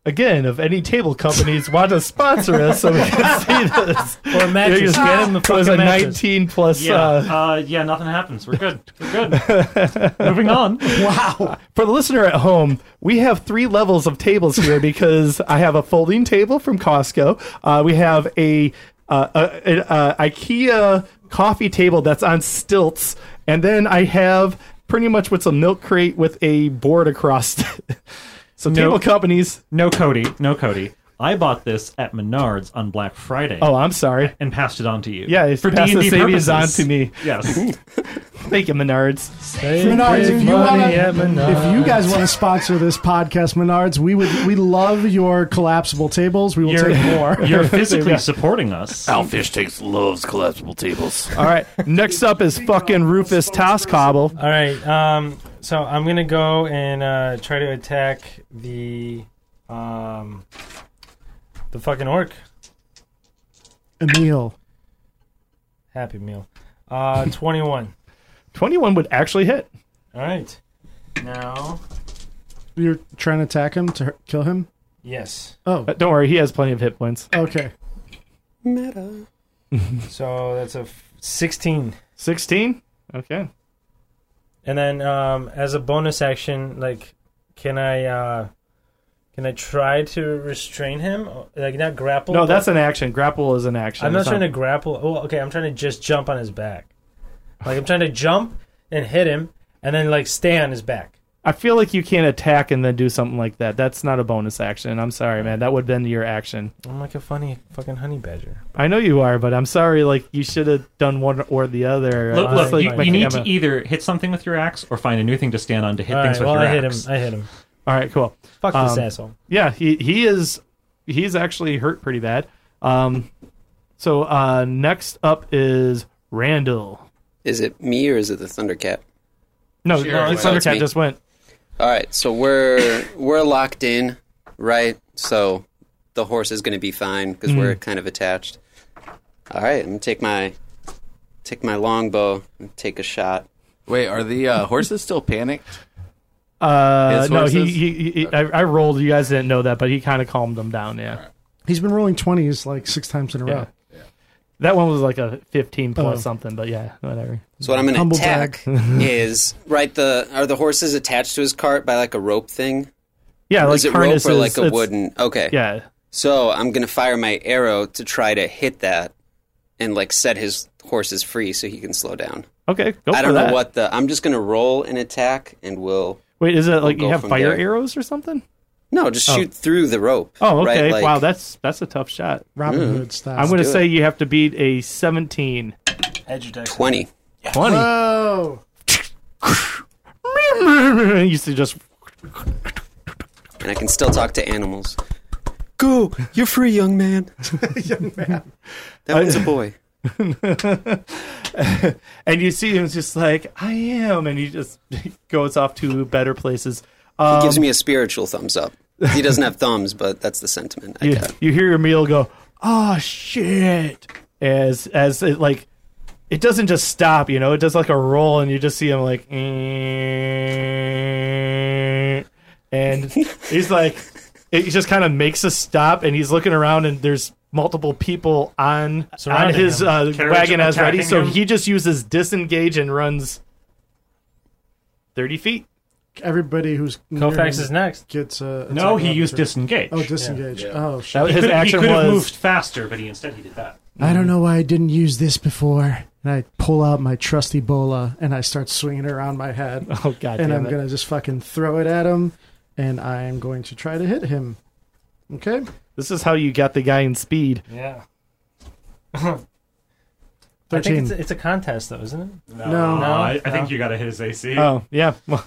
B: Again, if any table companies want to sponsor us, so we
J: (laughs)
B: can see this.
G: Or a mattress. Get him the
B: It was
G: fucking
B: a
G: mattress.
B: 19 plus.
J: Yeah.
B: Uh,
J: Uh, yeah. Nothing happens. We're good. We're good. Moving on.
B: for the listener at home, we have three levels of tables
J: (laughs)
B: here because I have a folding table from Costco. Uh, we have a, uh, a, a, a IKEA coffee table that's on stilts, and then I have pretty much what's a milk crate with a board across. (laughs) it. so table companies.
J: No Cody. No Cody. I bought this at Menards on Black Friday.
B: Oh, I'm sorry.
J: and passed it on to you.
B: Yeah, it's passed the
J: D&D
B: savings
J: purposes.
B: on to me.
J: Yes.
B: Thank you, Menards.
D: Menards, if you
G: money
D: want
G: at Menards.
D: if you guys want to sponsor this podcast, Menards, we would we love your collapsible tables. We will
B: Your-
D: take more.
J: (laughs) You're
D: (laughs)
J: physically supporting us.
H: Oh,
A: Alfish takes loves collapsible tables.
B: All right. Next up is fucking Rufus Toscobble.
G: All right. Um, so I'm gonna go and uh, try to attack the um, the fucking orc.
D: Emil,
G: Happy meal. Uh, 21.
B: 21 would actually hit.
G: All right. Now,
D: you're trying to attack him to hurt- kill him.
G: yes.
D: Oh,
J: Uh,
B: But Uh, don't worry, he has plenty of hit points.
D: okay.
E: Meta.
G: So that's a f- 16.
B: 16? Okay.
G: And then um, as a bonus action, like, can I uh, can I try to restrain him? Like, not grapple.
B: No,
G: but-
B: that's an action. Grapple is an action.
G: I'm not
B: It's
G: trying to grapple. Oh, okay. I'm trying to just jump on his back. Like I'm trying to jump and hit him, and then like stay on his back.
B: I feel like you can't attack and then do something like that. That's not a bonus action. I'm sorry, man. That would have been your action.
G: I'm like a funny fucking honey badger.
B: I know you are, but I'm sorry. Like, you should have done one or the other.
J: Look,
B: I
J: look,
B: feel
J: you,
B: like
J: you
B: making
J: need
B: him
J: to
B: a-
J: either hit something with your axe or find a new thing to stand on to hit
G: All
J: things
G: right.
J: with
G: Well,
J: your
G: I hit him.
J: axe.
G: I hit him.
B: All right, cool.
G: Fuck this
B: Um,
G: asshole.
B: Yeah, he, he is. He's actually hurt pretty bad. Um, so uh, next up is Randall.
E: Is it me or is it the Thundercat?
B: No,
H: Sure,
B: no,
H: why
B: it's
E: not?
B: Thundercat
E: Me.
B: just went.
E: All right, so we're we're locked in, right? So the horse is going to be fine because we're
B: Mm.
E: kind of attached. All right, I'm gonna take my take my longbow and take a shot.
H: Wait, are the uh, horses still panicked?
B: Uh,
H: His
B: no, he,
H: horses?
B: he, he, I, I rolled. You guys didn't know that, but he kind of calmed them down. Yeah,
D: He's been rolling 20s like six times in a row.
B: that one was like a fifteen plus
D: Oh.
B: something. But yeah, whatever.
E: So what I'm going to
D: Humble
E: attack
B: (laughs)
E: is right. The are the horses attached to his cart by like a rope thing?
B: Yeah, like
E: is it rope
B: harnesses.
E: or like a
B: it's-
E: wooden? Okay.
B: Yeah,
E: So I'm going to fire my arrow to try to hit that and like set his horses free so he can slow down.
B: Okay, go
E: I
B: for
E: don't know
B: that.
E: what the. I'm just going to roll an attack and we'll.
B: Wait, is it like
E: go
B: you have
E: from
B: fire
E: there.
B: arrows or something?
E: No, just shoot through the rope.
B: Oh,
E: right?
B: okay.
E: Like-
B: wow, that's that's a tough shot.
D: Robin Hood style.
B: I'm going to
E: do
B: say you have to beat a 17.
G: Edge attack.
E: 20.
B: 20.
D: oh,
B: (laughs) you used to just
E: And I can still talk to animals. Go! You're free, young man. young man. That one's a boy.
B: and you see him just like I am, and he just (laughs) goes off to better places. Um,
E: He gives me a spiritual thumbs up. He doesn't have thumbs, but that's the sentiment I
B: you,
E: got.
B: you hear Emil go, "Oh shit!" As as it like it doesn't just stop, you know, it does like a roll, and you just see him like, "Eh," and he's like, it just kind of makes a stop, and he's looking around, and there's multiple people on on
G: Surrounding
B: his
G: him.
B: uh,
J: Carriage
B: wagon as ready,
J: attacking
B: so
J: him.
B: he just uses disengage and runs thirty feet.
D: everybody who's near
G: Kofax
D: him
G: is next.
D: gets a attack
J: No, he
D: of
J: used
D: opportunity.
J: disengage.
D: Oh, disengage. Oh shit!
B: That, his
J: Could-
B: action
J: he could
B: was
J: have moved faster, but he instead he did that.
D: I don't know why I didn't use this before. And I pull out my trusty bola and I start swinging it around my head.
J: (laughs)
B: oh god,
D: and
B: damn
D: I'm
B: it.
D: gonna just fucking throw it at him, and I'm going to try to hit him. Okay.
B: this is how you got the guy in speed.
G: Yeah. I think
D: Thirteen.
G: it's a, it's a contest though, isn't it?
D: No.
J: no,
G: No,
J: I, I
G: no.
J: think you got to hit his AC.
B: Oh yeah, well,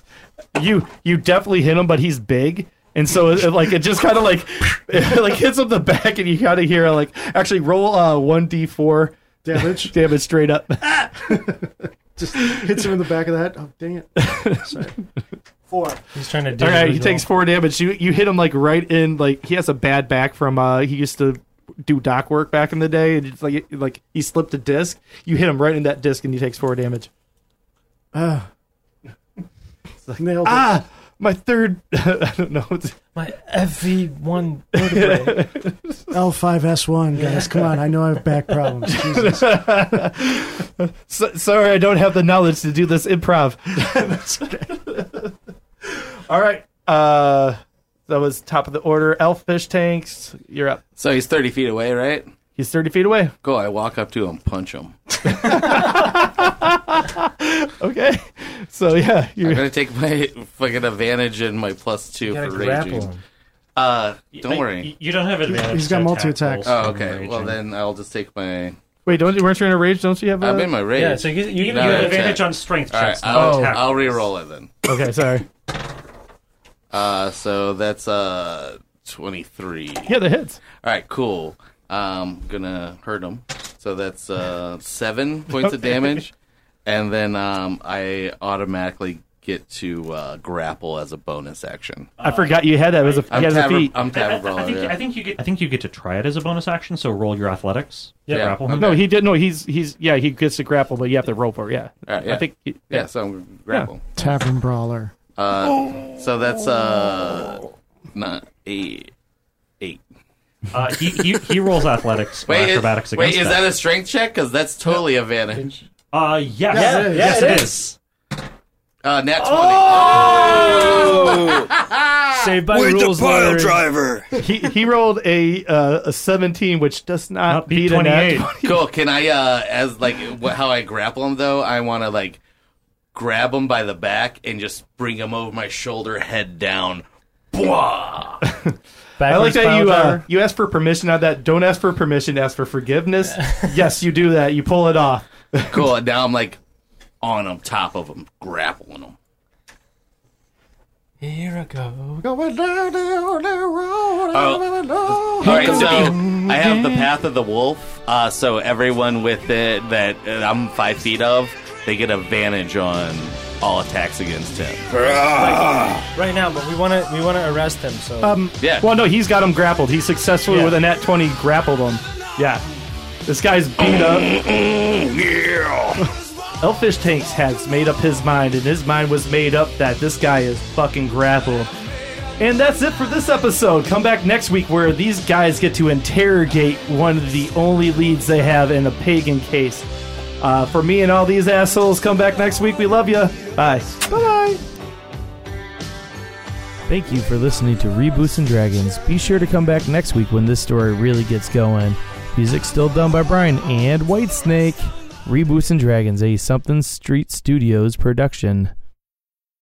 B: you you definitely hit him, but he's big, and so it, it, like it just kind of like (laughs) it, like hits him the back, and you kind of hear like actually roll uh one d four (laughs)
D: Damage
B: damage straight up.
D: just hits him in the back of the head. Oh dang it! Sorry. Four.
G: He's trying to do.
B: All right, he
G: his
B: takes four damage. You you hit him like right in like he has a bad back from uh he used to do dock work back in the day, and it's like like he slipped a disc. You hit him right in that disc, and he takes four damage.
D: Nailed it.
B: Ah, my third. (laughs) I don't know.
G: my FV one vertebrae.
D: L5S1, guys. Come on. I know I have back problems. Jesus.
B: So, sorry, I don't have the knowledge to do this (laughs) improv. All right. Uh, that was top of the order. Elffish tanks. You're up.
H: So he's 30 feet away, right?
B: He's 30 feet away.
H: Go, I walk up to him, punch him.
B: Okay. So yeah,
H: I'm
B: you
H: gonna take my fucking advantage and my plus two
G: Gotta
H: for
G: grapple
H: raging.
G: him.
H: Uh, don't
J: I-
H: worry.
J: You don't have advantage.
D: he's got
J: to
D: multi
J: attack
D: attacks.
J: rolls
H: Oh,
J: from
H: okay.
J: raging.
H: Well, then I'll just take my.
B: wait. Don't you weren't you in a rage? Don't you have? A...
H: I'm in my rage.
G: Uh, Yeah, so you, Oh.
H: No,
G: you,
J: you
G: you
J: have
H: that's
J: advantage
H: it.
J: on strength
H: All right,
J: checks. not
H: I'll,
J: attack
H: I'll
J: rolls.
H: re-roll it then.
B: Okay, sorry.
H: Uh, so that's uh 23.
B: Yeah, the hits.
H: All right, cool. Um, gonna hurt him. So that's uh
G: (laughs)
H: seven points of damage, and then um I automatically get to uh, grapple as a bonus action.
B: I forgot you had that. It was a,
H: I'm
B: he has a
H: tab-
B: feat.
H: I'm
J: I,
H: tab
J: I- I
H: rolling.
J: think,
H: yeah.
J: I think you get. I think you get to try it as a bonus action. So roll your athletics. to
H: Yeah.
J: grapple him.
B: no, he did. No, he's he's yeah. He gets to grapple, but you have to roll for it. Yeah.
H: All right, yeah.
B: I think. He,
H: yeah, so I'm grapple.
D: Tavern Brawler.
H: Uh, so that's uh
J: Oh.
H: not eight. Eight.
J: Uh, he, he he rolls athletics or
H: is-
J: acrobatics
H: wait,
J: against
H: is that a strength check? Because that's totally advantage.
J: Uh, yes,
D: Yeah, it
J: yes,
D: is.
J: it is.
H: Uh, nat twenty.
J: Oh! (laughs)
G: saved by rules uh, lawyer.
E: driver.
B: he he rolled a uh, a 17, which does not,
J: Not beat
B: beat a nat
J: 28.
H: Cool. Can I, uh, as like wh- how I grapple him though, I want to like grab him by the back and just bring him over my shoulder, head down. Blah.
B: I like
G: Backwards
B: that
G: spiral
B: you uh,
G: driver.
B: you ask for permission on that. Don't ask for permission. Ask for forgiveness. yes, you do that. You pull it off.
H: Cool. And now I'm like on him, top of him, grappling him.
G: Here I go.
H: All right, so I have the path of the wolf. Uh, so everyone with it that uh, I'm five feet of, they get advantage on all attacks against him.
G: Right now, but we want to we want to arrest him. So
H: Yeah.
B: Well, no, he's got him grappled. He successfully
G: Yeah.
B: with a nat twenty grappled him. Yeah, this guy's beat up. Elfish Tanks has made up his mind, and his mind was made up that this guy is fucking grappled. And that's it for this episode. Come back next week where these guys get to interrogate one of the only leads they have in a pagan case. Uh, for me and all these assholes, come back next week. We love you. Bye.
K: Thank you for listening to Reboots and Dragons. Be sure to come back next week when this story really gets going. Music still done by Brian and Whitesnake. Reboots and Dragons, a Something Street Studios production.